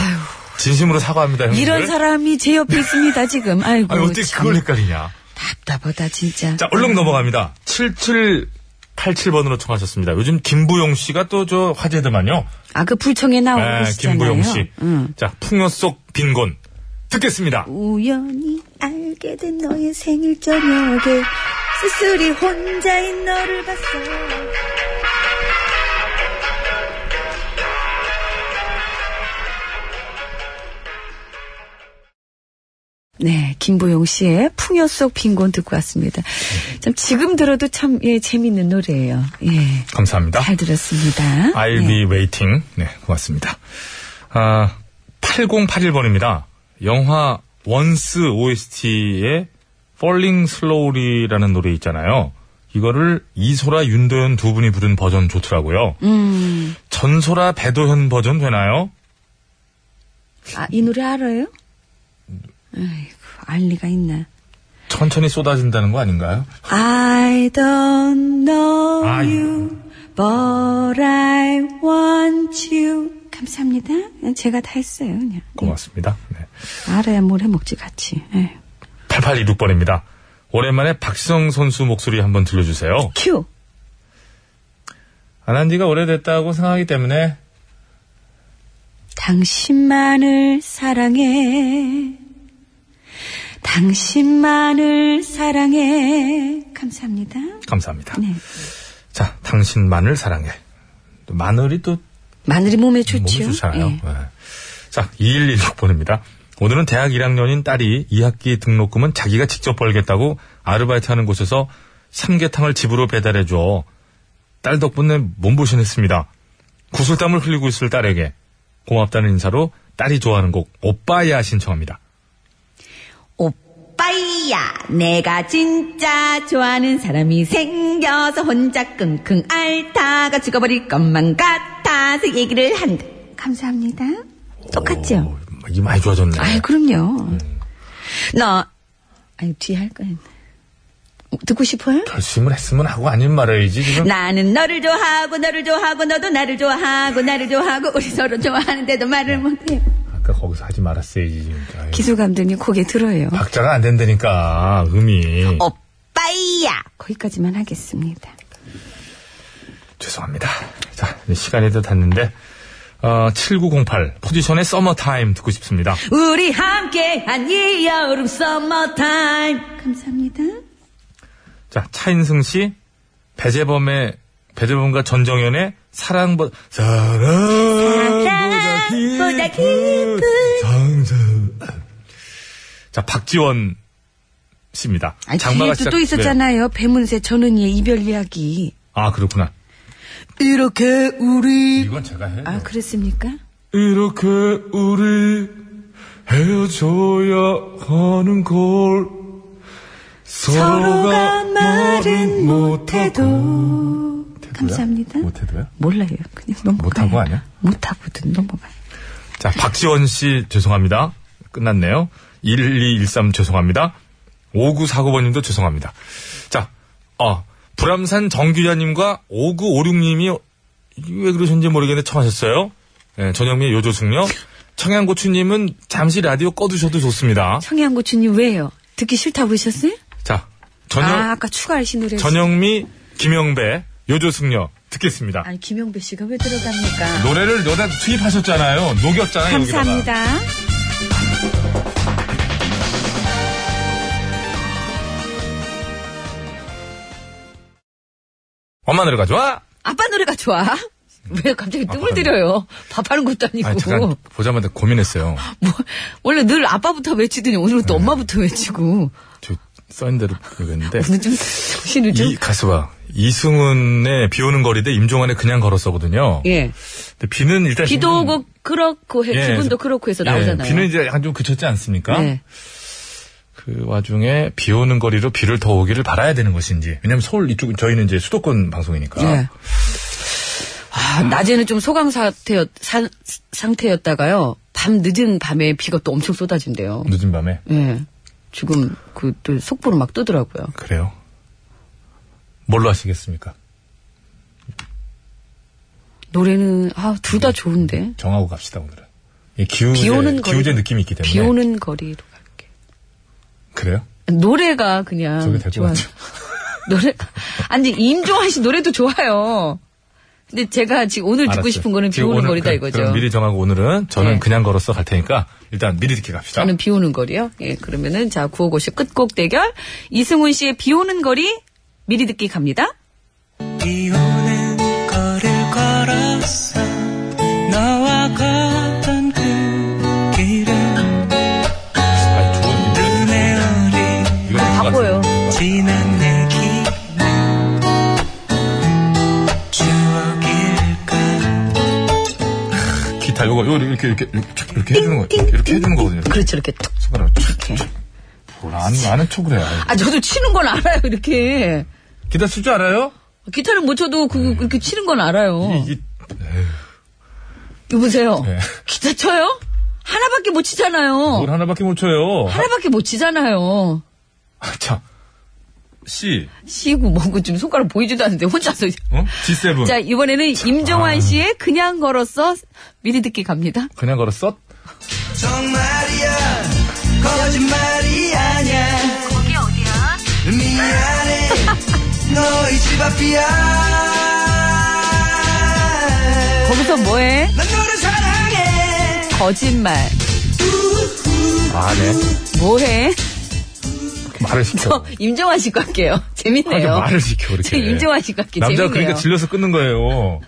Speaker 1: 진심으로 사과합니다. 형들.
Speaker 2: 이런 사람이 제 옆에 있습니다, 지금. 아이고.
Speaker 1: 네? 아니 어떻게
Speaker 2: 참
Speaker 1: 그걸 헷갈리냐?
Speaker 2: 답답하다, 진짜.
Speaker 1: 자, 얼른 넘어갑니다. 7787번으로 청하셨습니다. 요즘 김부용 씨가 또 저 화제더만요.
Speaker 2: 아, 그 불청에 나오고
Speaker 1: 네,
Speaker 2: 계시잖아요. 음.
Speaker 1: 김부용 씨.
Speaker 2: 응.
Speaker 1: 자, 풍요 속 빈곤. 듣겠습니다.
Speaker 10: 우연히 알게 된 너의 생일 저녁에 쓸쓸히 혼자인 너를 봤어.
Speaker 2: 네, 김부용 씨의 풍요 속 빈곤 듣고 왔습니다. 참, 지금 들어도 참, 예, 재밌는 노래예요. 예.
Speaker 1: 감사합니다.
Speaker 2: 잘 들었습니다.
Speaker 1: I'll
Speaker 2: 예.
Speaker 1: be waiting. 네, 고맙습니다. 아, 8081번입니다. 영화 원스 OST의 Falling Slowly라는 노래 있잖아요. 이거를 이소라, 윤도현 두 분이 부른 버전 좋더라고요.
Speaker 2: 음.
Speaker 1: 전소라, 배도현 버전 되나요?
Speaker 2: 아, 이 노래 알아요? 아이고, 알 리가 있나.
Speaker 1: 천천히 쏟아진다는 거 아닌가요?
Speaker 2: I don't know
Speaker 1: 아,
Speaker 2: you, but I want you. 감사합니다. 그냥 제가 다 했어요, 그냥.
Speaker 1: 고맙습니다. 네.
Speaker 2: 알아야 뭘 해먹지, 같이. 예.
Speaker 1: 8826번입니다. 오랜만에 박시성 선수 목소리 한번 들려주세요.
Speaker 2: 큐!
Speaker 1: 안 한 지가 오래됐다고 생각하기 때문에
Speaker 2: 당신만을 사랑해. 당신만을 사랑해. 감사합니다.
Speaker 1: 감사합니다.
Speaker 2: 네.
Speaker 1: 자, 당신만을 사랑해. 또 마늘이 또
Speaker 2: 마늘이 몸에 좋지요.
Speaker 1: 몸이 좋잖아요.
Speaker 2: 예.
Speaker 1: 예. 자, 2116번입니다. 오늘은 대학 1학년인 딸이 2학기 등록금은 자기가 직접 벌겠다고 아르바이트 하는 곳에서 삼계탕을 집으로 배달해줘. 딸 덕분에 몸보신했습니다. 구슬땀을 흘리고 있을 딸에게 고맙다는 인사로 딸이 좋아하는 곡 오빠야 신청합니다.
Speaker 5: 오빠야, 내가 진짜 좋아하는 사람이 생겨서 혼자 끙끙 앓다가 죽어버릴 것만 같아서 얘기를 한다.
Speaker 10: 감사합니다.
Speaker 2: 똑같죠?
Speaker 1: 오, 뭐 이게 많이 좋아졌네.
Speaker 2: 아이, 그럼요. 나, 아니, 뒤에 할 거예요. 듣고 싶어요?
Speaker 4: 결심을 했으면 하고 아닌 말해야지, 지금.
Speaker 5: 나는 너를 좋아하고 너를 좋아하고 너도 나를 좋아하고 나를 좋아하고 우리 서로 좋아하는데도 말을 못해.
Speaker 4: 아까 거기서 하지 말았어야지, 진짜. 아이고,
Speaker 2: 기수 감독님 고개 들어요.
Speaker 4: 박자가 안 된다니까, 음이.
Speaker 2: 어.
Speaker 5: 오빠야.
Speaker 2: 거기까지만 하겠습니다.
Speaker 1: 죄송합니다. 자, 이제 시간이 더 닿는데, 어, 7908, 포지션의 서머타임 듣고 싶습니다.
Speaker 5: 우리 함께한 이 여름 서머타임.
Speaker 10: 감사합니다.
Speaker 1: 자, 차인승 씨, 배재범의, 배재범과 전정현의 사랑보, 사랑보다
Speaker 5: 사랑보다
Speaker 1: 깊은
Speaker 5: 깊은
Speaker 1: 상상. 자, 박지원 씨입니다.
Speaker 2: 아니, 뒤에도
Speaker 1: 시작-
Speaker 2: 또
Speaker 1: 네.
Speaker 2: 있었잖아요. 배문세 전은이의 이별 이야기.
Speaker 1: 아, 그렇구나.
Speaker 2: 이렇게 우리.
Speaker 4: 이건 제가
Speaker 1: 네.
Speaker 4: 해.
Speaker 2: 아, 그랬습니까?
Speaker 1: 이렇게 우리 헤어져야 하는 걸
Speaker 2: 서로가 말은 못해도. 감사합니다.
Speaker 4: 못해도요?
Speaker 2: 몰라요. 그냥 넘어가요.
Speaker 4: 못하고 아니야?
Speaker 2: 못하고든 넘어가요.
Speaker 1: 자, 박지원 씨 죄송합니다. 끝났네요. 1213 죄송합니다. 5949번님도 죄송합니다. 자, 어, 불암산 정규자님과 5956님이 왜 그러셨는지 모르겠는데 청하셨어요. 예, 전영미의 요조숙녀. 청양고추님은 잠시 라디오 꺼두셔도 좋습니다.
Speaker 2: 청양고추님 왜요? 듣기 싫다고 그러셨어요?
Speaker 1: 자, 전영,
Speaker 2: 아, 아까 추가하신 노래.
Speaker 1: 전영미, 김영배, 요조숙녀 듣겠습니다.
Speaker 2: 아니, 김영배 씨가 왜 들어갑니까?
Speaker 1: 아, 노래를 여기다 투입하셨잖아요. 녹였잖아요. 여기다가.
Speaker 2: 감사합니다.
Speaker 1: 엄마 노래 가져와!
Speaker 2: 아빠 노래가 좋아. 왜 갑자기 뜸을
Speaker 1: 아빠가-
Speaker 2: 들여요? 밥하는 것도 아니고.
Speaker 1: 아니, 잠깐 보자마자 고민했어요.
Speaker 2: 뭐, 원래 늘 아빠부터 외치더니 오늘은
Speaker 1: 네.
Speaker 2: 또 엄마부터 외치고.
Speaker 1: 저 써있는 대로 읽었는데.
Speaker 2: 오늘 좀 정신을 좀.
Speaker 1: 이 가수가 이승훈의 비 오는 거리 대 임종환의 그냥 걸었어거든요.
Speaker 2: 예.
Speaker 1: 근데 비는 일단
Speaker 2: 비도
Speaker 1: 지금-
Speaker 2: 오고 그렇고 해,
Speaker 1: 예,
Speaker 2: 기분도 그렇고 해서 나오잖아요.
Speaker 1: 예, 비는 이제 약간 좀 그쳤지 않습니까?
Speaker 2: 네.
Speaker 1: 그 와중에 비 오는 거리로 비를 더 오기를 바라야 되는 것인지. 왜냐면 서울 이쪽은 저희는 이제 수도권 방송이니까.
Speaker 2: 예. 아, 낮에는 좀 소강 사태였, 사- 상태였다가요. 밤 늦은 밤에 비가 또 엄청 쏟아진대요.
Speaker 1: 늦은 밤에.
Speaker 2: 예. 지금 그 또 속보로 막 뜨더라고요.
Speaker 1: 그래요. 뭘로 하시겠습니까?
Speaker 2: 노래는 아 둘 다 좋은데
Speaker 1: 정하고 갑시다 네. 오늘은. 이 기우제,
Speaker 2: 비 오는 거리
Speaker 1: 기우제 느낌이 있기 때문에.
Speaker 2: 비 오는 거리로 갈게.
Speaker 1: 그래요?
Speaker 2: 노래가 그냥
Speaker 1: 저게 될것
Speaker 2: 좋아요.
Speaker 1: 같죠.
Speaker 2: 노래 아니 임종환 씨 노래도 좋아요. 근데 제가 지금 오늘 듣고
Speaker 1: 알았어요.
Speaker 2: 싶은 거는 비
Speaker 1: 지금
Speaker 2: 오는
Speaker 1: 오늘
Speaker 2: 거리다
Speaker 1: 그-
Speaker 2: 이거죠.
Speaker 1: 그럼 미리 정하고 오늘은 저는
Speaker 2: 네.
Speaker 1: 그냥 걸어서 갈 테니까 일단 미리 듣게 갑시다.
Speaker 2: 저는 비 오는 거리요. 예, 그러면은 자, 955씨 끝곡 대결. 이승훈 씨의 비 오는 거리 미리 듣기 갑니다.
Speaker 8: 비 오는 거를 걸었어 너와 걷던 그 길은
Speaker 1: 아, 좋은 노래.
Speaker 8: 눈에 우리
Speaker 1: 이거 될것
Speaker 2: 바꿔요.
Speaker 1: 같은데.
Speaker 8: 지난 얘기는 추억일까
Speaker 1: 기타 요거 요거 이렇게 이렇게 이렇게, 이렇게 해주는 거 이렇게 해주는 거거든요.
Speaker 2: 그렇죠, 이렇게 툭.
Speaker 1: 손가락 이렇게. 뭘 아는 아는 척을 해.
Speaker 2: 아, 저도 치는 건 알아요, 이렇게.
Speaker 1: 기타 쓸 줄 알아요?
Speaker 2: 기타는 못 쳐도 그, 그렇게 치는 건 알아요.
Speaker 1: 이, 이-
Speaker 2: 여보세요.
Speaker 1: 네.
Speaker 2: 기타 쳐요? 하나밖에 못 치잖아요.
Speaker 1: 뭘 하나밖에 못 쳐요.
Speaker 2: 하나밖에 못 치잖아요.
Speaker 1: 아, 자, C,
Speaker 2: 씨고 뭐고 지금 손가락 보이지도 않는데 혼자서.
Speaker 1: 어? G7.
Speaker 2: 자, 이번에는
Speaker 1: 아.
Speaker 2: 임정환 씨의 그냥 걸었어 미리 듣기 갑니다.
Speaker 1: 그냥 걸었어?
Speaker 8: 정말이야 거짓말이 아냐
Speaker 6: 거기 어디야?
Speaker 8: 미안해 너희 집 앞이야
Speaker 2: 거기서 뭐해?
Speaker 8: 난 너를 사랑해
Speaker 2: 거짓말.
Speaker 1: 아, 네.
Speaker 2: 뭐해?
Speaker 1: 말을 시켜.
Speaker 2: 임정환 씨과 할게요. 재밌네요.
Speaker 1: 아, 말을 시켜,
Speaker 2: 제
Speaker 1: 그렇게.
Speaker 2: 임정환 씨과 할게요.
Speaker 1: 남자가
Speaker 2: 재밌네요.
Speaker 1: 그러니까 질려서 끊는 거예요.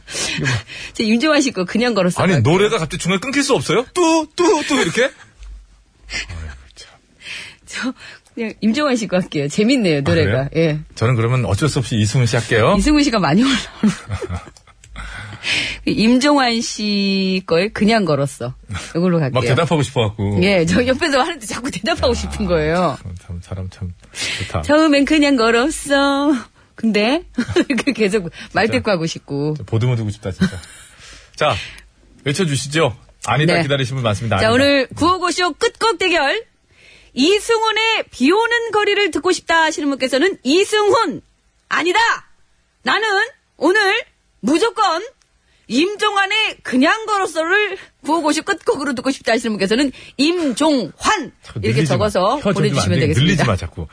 Speaker 2: 제 임정환 씨거 그냥 걸었어요.
Speaker 1: 아니, 노래가 갑자기 중간에 끊길 수 없어요? 뚜, 뚜, 뚜, 이렇게?
Speaker 2: 저 그냥 임정환 씨과 할게요. 재밌네요, 노래가.
Speaker 1: 아, 그래요?
Speaker 2: 예.
Speaker 1: 저는 그러면 어쩔 수 없이 이승훈 씨 할게요.
Speaker 2: 이승훈 씨가 많이 올라오는. 그 임종환 씨 거에 그냥 걸었어. 이걸로 갈게요.
Speaker 1: 막 대답하고 싶어갖고.
Speaker 2: 예, 저 옆에서 하는데 자꾸 대답하고 싶은 거예요.
Speaker 1: 참, 참, 사람 참 아, 좋다.
Speaker 2: 처음엔 그냥 걸었어. 근데 계속 말대꾸 하고 싶고.
Speaker 1: 보듬어 두고 싶다, 진짜. 자, 외쳐주시죠. 아니다
Speaker 2: 네.
Speaker 1: 기다리신 분 많습니다.
Speaker 2: 자,
Speaker 1: 아니다.
Speaker 2: 오늘 구호고쇼 끝곡 대결. 이승훈의 비 오는 거리를 듣고 싶다 하시는 분께서는 이승훈! 아니다! 나는 오늘 무조건 임종환의 그냥 걸어서를 구호고쇼 끝곡으로 듣고 싶다 하시는 분께서는 임종환!
Speaker 1: 자꾸
Speaker 2: 이렇게
Speaker 1: 늘리지 마.
Speaker 2: 적어서
Speaker 1: 혀 조금 안
Speaker 2: 보내주시면
Speaker 1: 돼.
Speaker 2: 되겠습니다.
Speaker 1: 늘리지 마, 자꾸.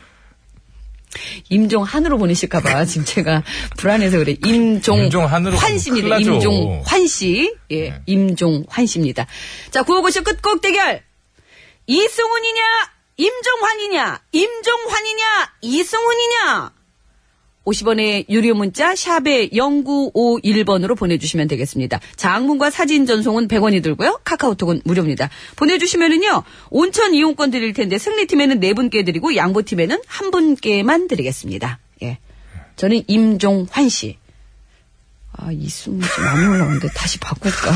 Speaker 2: 임종한으로 보내실까봐 지금 제가 불안해서 그래. 임종
Speaker 1: 임종한으로
Speaker 2: 환 씨입니다.
Speaker 1: 큰일 나죠.
Speaker 2: 임종환 씨. 예,
Speaker 1: 네.
Speaker 2: 임종환 씨입니다. 자, 구호고쇼 끝곡 대결. 이승훈이냐, 임종환이냐, 임종환이냐, 이승훈이냐. 50원의 유료 문자 샵에 0951번으로 보내주시면 되겠습니다. 장문과 사진 전송은 100원이 들고요. 카카오톡은 무료입니다. 보내주시면은요. 온천 이용권 드릴 텐데 승리팀에는 4분께 드리고 양보팀에는 한 분께만 드리겠습니다. 예. 저는 임종환 씨. 아, 이승훈 씨 많이 올라오는데 다시 바꿀까? 아,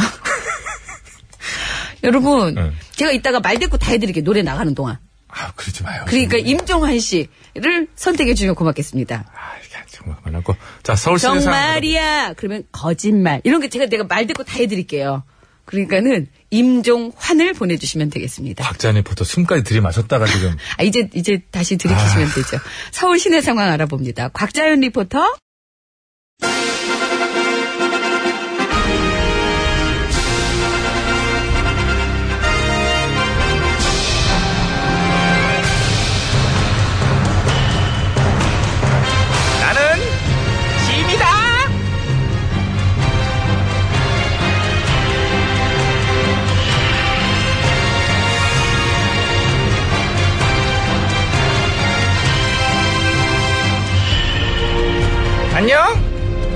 Speaker 2: 여러분,
Speaker 1: 네.
Speaker 2: 제가 이따가 말대꾸 다 해드릴게요. 노래 나가는 동안.
Speaker 1: 아, 그러지 마요.
Speaker 2: 그러니까 임종환 씨를 선택해 주시면 고맙겠습니다.
Speaker 1: 아, 이게 정말 말랐고. 자, 서울시
Speaker 2: 정말이야. 그러면 거짓말. 이런 게 제가 내가 말 듣고 다 해드릴게요. 그러니까는 임종환을 보내주시면 되겠습니다.
Speaker 1: 박자님 부터 숨까지 들이마셨다가 지금.
Speaker 2: 아, 이제 이제 다시 들이키시면
Speaker 4: 아.
Speaker 2: 되죠. 서울 시내 상황 알아봅니다. 곽자연 리포터.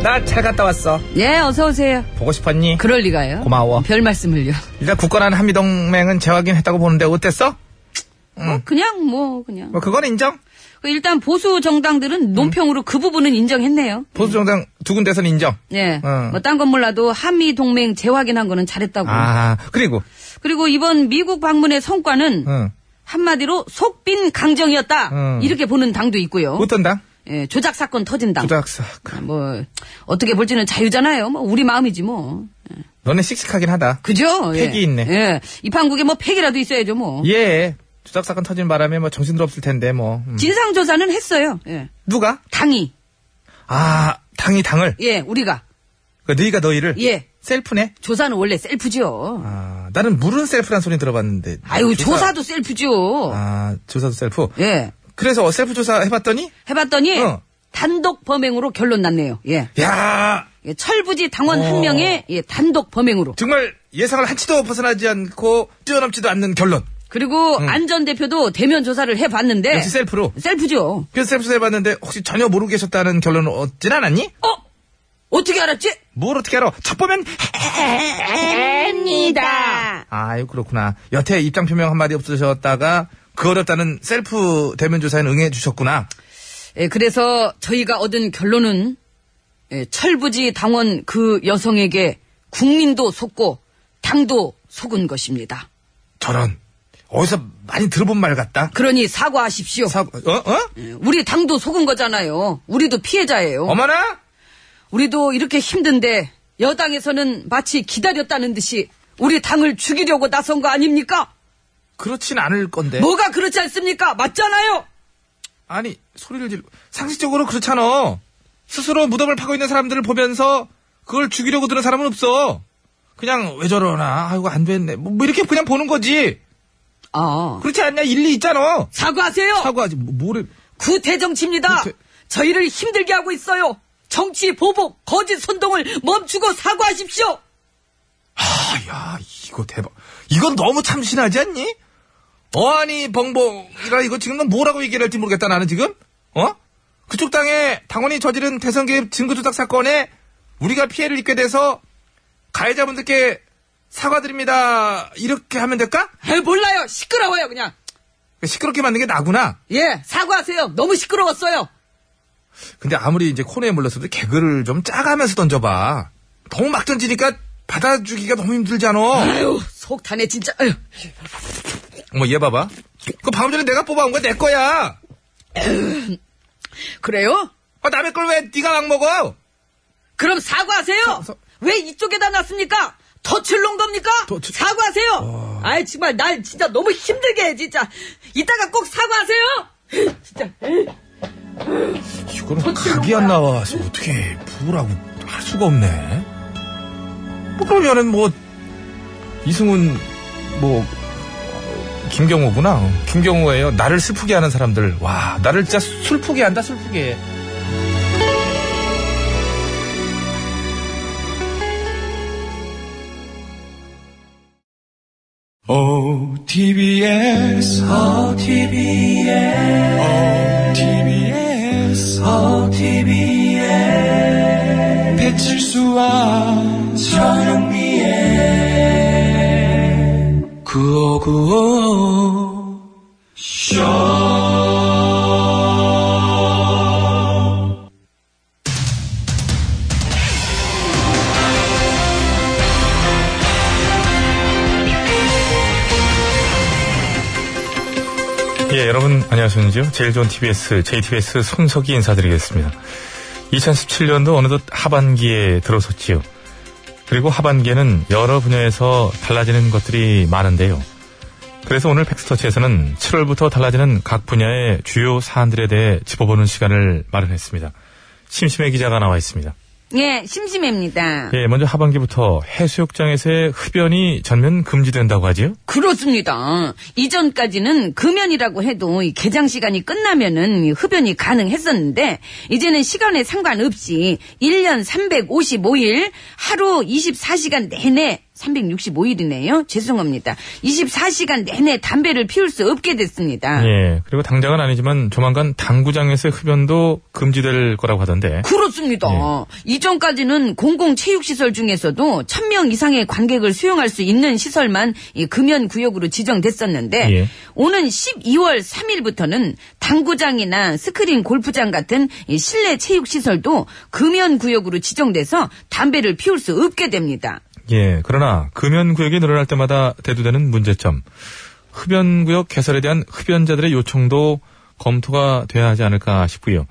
Speaker 4: 나 잘 갔다 왔어.
Speaker 2: 예, 어서오세요.
Speaker 4: 보고 싶었니?
Speaker 2: 그럴 리가요.
Speaker 4: 고마워.
Speaker 2: 별 말씀을요.
Speaker 4: 일단 굳건한 한미동맹은 재확인했다고 보는데 어땠어?
Speaker 2: 어, 그냥 뭐 그냥.
Speaker 4: 뭐 그건 인정?
Speaker 2: 그 일단 보수 정당들은 논평으로 그 부분은 인정했네요.
Speaker 4: 보수정당 두 군데선 인정.
Speaker 2: 예.
Speaker 4: 어.
Speaker 2: 뭐 딴 건 몰라도 한미 동맹 재확인한 거는 잘했다고.
Speaker 4: 아 그리고
Speaker 2: 그리고 이번 미국 방문의 성과는
Speaker 4: 응.
Speaker 2: 한마디로 속빈 강정이었다.
Speaker 4: 음.
Speaker 2: 이렇게 보는 당도 있고요.
Speaker 4: 어떤 당?
Speaker 2: 예, 조작 사건 터진 당.
Speaker 4: 조작사.
Speaker 2: 아, 뭐 어떻게 볼지는 자유잖아요. 뭐 우리 마음이지 뭐.
Speaker 4: 너네 씩씩하긴 하다.
Speaker 2: 그죠?
Speaker 4: 팩이
Speaker 2: 예.
Speaker 4: 있네.
Speaker 2: 예. 이 판국에 뭐 팩이라도 있어야죠 뭐.
Speaker 4: 예. 조작 사건 터진 바람에 뭐 정신도 없을 텐데 뭐 음.
Speaker 2: 진상 조사는 했어요. 예.
Speaker 4: 누가?
Speaker 2: 당이.
Speaker 4: 아 당이 당을.
Speaker 2: 예, 우리가.
Speaker 4: 그 너희가 너희를.
Speaker 2: 예.
Speaker 4: 셀프네.
Speaker 2: 조사는 원래 셀프지요.
Speaker 4: 아 나는 물은 셀프란 소리 들어봤는데.
Speaker 2: 아유, 조사. 도 셀프지요.
Speaker 4: 아 조사도 셀프.
Speaker 2: 예.
Speaker 4: 그래서 어, 셀프 조사 해봤더니
Speaker 2: 해봤더니
Speaker 4: 어.
Speaker 2: 단독 범행으로 결론 났네요. 예.
Speaker 4: 야
Speaker 2: 예, 철부지 당원
Speaker 4: 어.
Speaker 2: 한 명의 예, 단독 범행으로.
Speaker 4: 정말 예상을 한치도 벗어나지 않고 뛰어넘지도 않는 결론.
Speaker 2: 그리고 안전 대표도 대면 조사를 해봤는데
Speaker 4: 음. 역시 셀프로.
Speaker 2: 셀프죠.
Speaker 4: 그래서 셀프 조사 해봤는데 혹시 전혀 모르고 계셨다는 결론은 얻진 않았니?
Speaker 2: 어? 어떻게 알았지?
Speaker 4: 뭘 어떻게 알아? 첫 보면
Speaker 5: 니다
Speaker 4: 아유 그렇구나. 여태 입장 표명 한마디 없으셨다가 그 어렵다는 셀프 대면 조사에 응해 주셨구나.
Speaker 2: 예, 그래서 저희가 얻은 결론은 예, 철부지 당원 그 여성에게 국민도 속고 당도 속은 것입니다.
Speaker 4: 저런 어디서 많이 들어본 말 같다.
Speaker 2: 그러니 사과하십시오. 예,
Speaker 4: 사, 어 어?
Speaker 2: 우리 당도 속은 거잖아요. 우리도 피해자예요.
Speaker 4: 어머나?
Speaker 2: 우리도 이렇게 힘든데 여당에서는 마치 기다렸다는 듯이 우리 당을 죽이려고 나선 거 아닙니까?
Speaker 4: 그렇진 않을 건데.
Speaker 2: 뭐가 그렇지 않습니까? 맞잖아요.
Speaker 4: 아니 소리를 질 상식적으로 그렇잖아. 스스로 무덤을 파고 있는 사람들을 보면서 그걸 죽이려고 드는 사람은 없어. 그냥 왜 저러나 아이고 안 됐네 뭐, 뭐 이렇게 그냥 보는 거지.
Speaker 2: 아
Speaker 4: 그렇지 않냐 일리 있잖아.
Speaker 2: 사과하세요.
Speaker 4: 사과하지 뭐, 뭐래
Speaker 2: 구태정치입니다.
Speaker 4: 구태-
Speaker 2: 저희를 힘들게 하고 있어요. 정치 보복 거짓 선동을 멈추고 사과하십시오.
Speaker 4: 야, 이거 대박. 이건 너무 참신하지 않니? 어안이 벙벙이라 이거 지금 난 뭐라고 얘기를 할지 모르겠다, 나는 지금? 어? 그쪽 당에 당원이 저지른 대선 개입 증거조작 사건에 우리가 피해를 입게 돼서 가해자분들께 사과드립니다. 이렇게 하면 될까?
Speaker 2: 에, 몰라요. 시끄러워요 그냥.
Speaker 4: 시끄럽게 만든 게 나구나.
Speaker 2: 예 사과하세요. 너무 시끄러웠어요.
Speaker 4: 근데 아무리 이제 코너에 몰랐어도 개그를 좀 짜가면서 던져봐. 너무 막 던지니까 받아주기가 너무 힘들잖아.
Speaker 2: 아유 속탄에 진짜. 아유.
Speaker 4: 어머, 얘 봐봐. 그 방금 전에 내가 뽑아온 거 내 거야.
Speaker 2: 그래요?
Speaker 4: 아, 남의 걸 왜 네가 막 먹어?
Speaker 2: 그럼 사과하세요.
Speaker 4: 사-
Speaker 2: 왜 이쪽에다 놨습니까? 터칠로 온 겁니까?
Speaker 4: 터치-
Speaker 2: 사과하세요. 아이 정말 날 진짜 너무 힘들게 해 진짜. 이따가 꼭 사과하세요. 진짜.
Speaker 4: 이거는 각이 안 나와서 어떻게 부라고 할 수가 없네. 뭐 그러면은 뭐 이승훈 뭐 김경호구나. 김경호예요. 나를 슬프게 하는 사람들. 와, 나를 진짜 슬프게 한다. 슬프게.
Speaker 8: 어, OTBS, 어, OTBS, OTBS, OTBS, 배칠수와 저녁미에 구호구호 쇼.
Speaker 1: 예, 여러분 안녕하십니까? 제일 좋은 TBS, JTBS 손석희 인사드리겠습니다. 2017년도 어느덧 하반기에 들어섰지요. 그리고 하반기에는 여러 분야에서 달라지는 것들이 많은데요. 그래서 오늘 팩스터치에서는 7월부터 달라지는 각 분야의 주요 사안들에 대해 짚어보는 시간을 마련했습니다. 심심해 기자가 나와 있습니다.
Speaker 5: 예, 심심해입니다.
Speaker 1: 예, 먼저 하반기부터 해수욕장에서의 흡연이 전면 금지된다고 하지요?
Speaker 5: 그렇습니다. 이전까지는 금연이라고 해도 이 개장 시간이 끝나면은 이 흡연이 가능했었는데 이제는 시간에 상관없이 1년 355일 하루 24시간 내내
Speaker 2: 365일이네요. 죄송합니다. 24시간 내내 담배를 피울 수 없게 됐습니다.
Speaker 1: 예. 그리고 당장은 아니지만 조만간 당구장에서의 흡연도 금지될 거라고 하던데.
Speaker 2: 그렇습니다. 이전까지는 공공체육시설 중에서도 1000명 이상의 관객을 수용할 수 있는 시설만 이 금연구역으로 지정됐었는데,
Speaker 1: 예.
Speaker 2: 오는 12월 3일부터는 당구장이나 스크린 골프장 같은 이 실내 체육시설도 금연구역으로 지정돼서 담배를 피울 수 없게 됩니다.
Speaker 1: 예. 그러나 금연 구역이 늘어날 때마다 대두되는 문제점. 흡연 구역 개설에 대한 흡연자들의 요청도 검토가 돼야 하지 않을까 싶고요.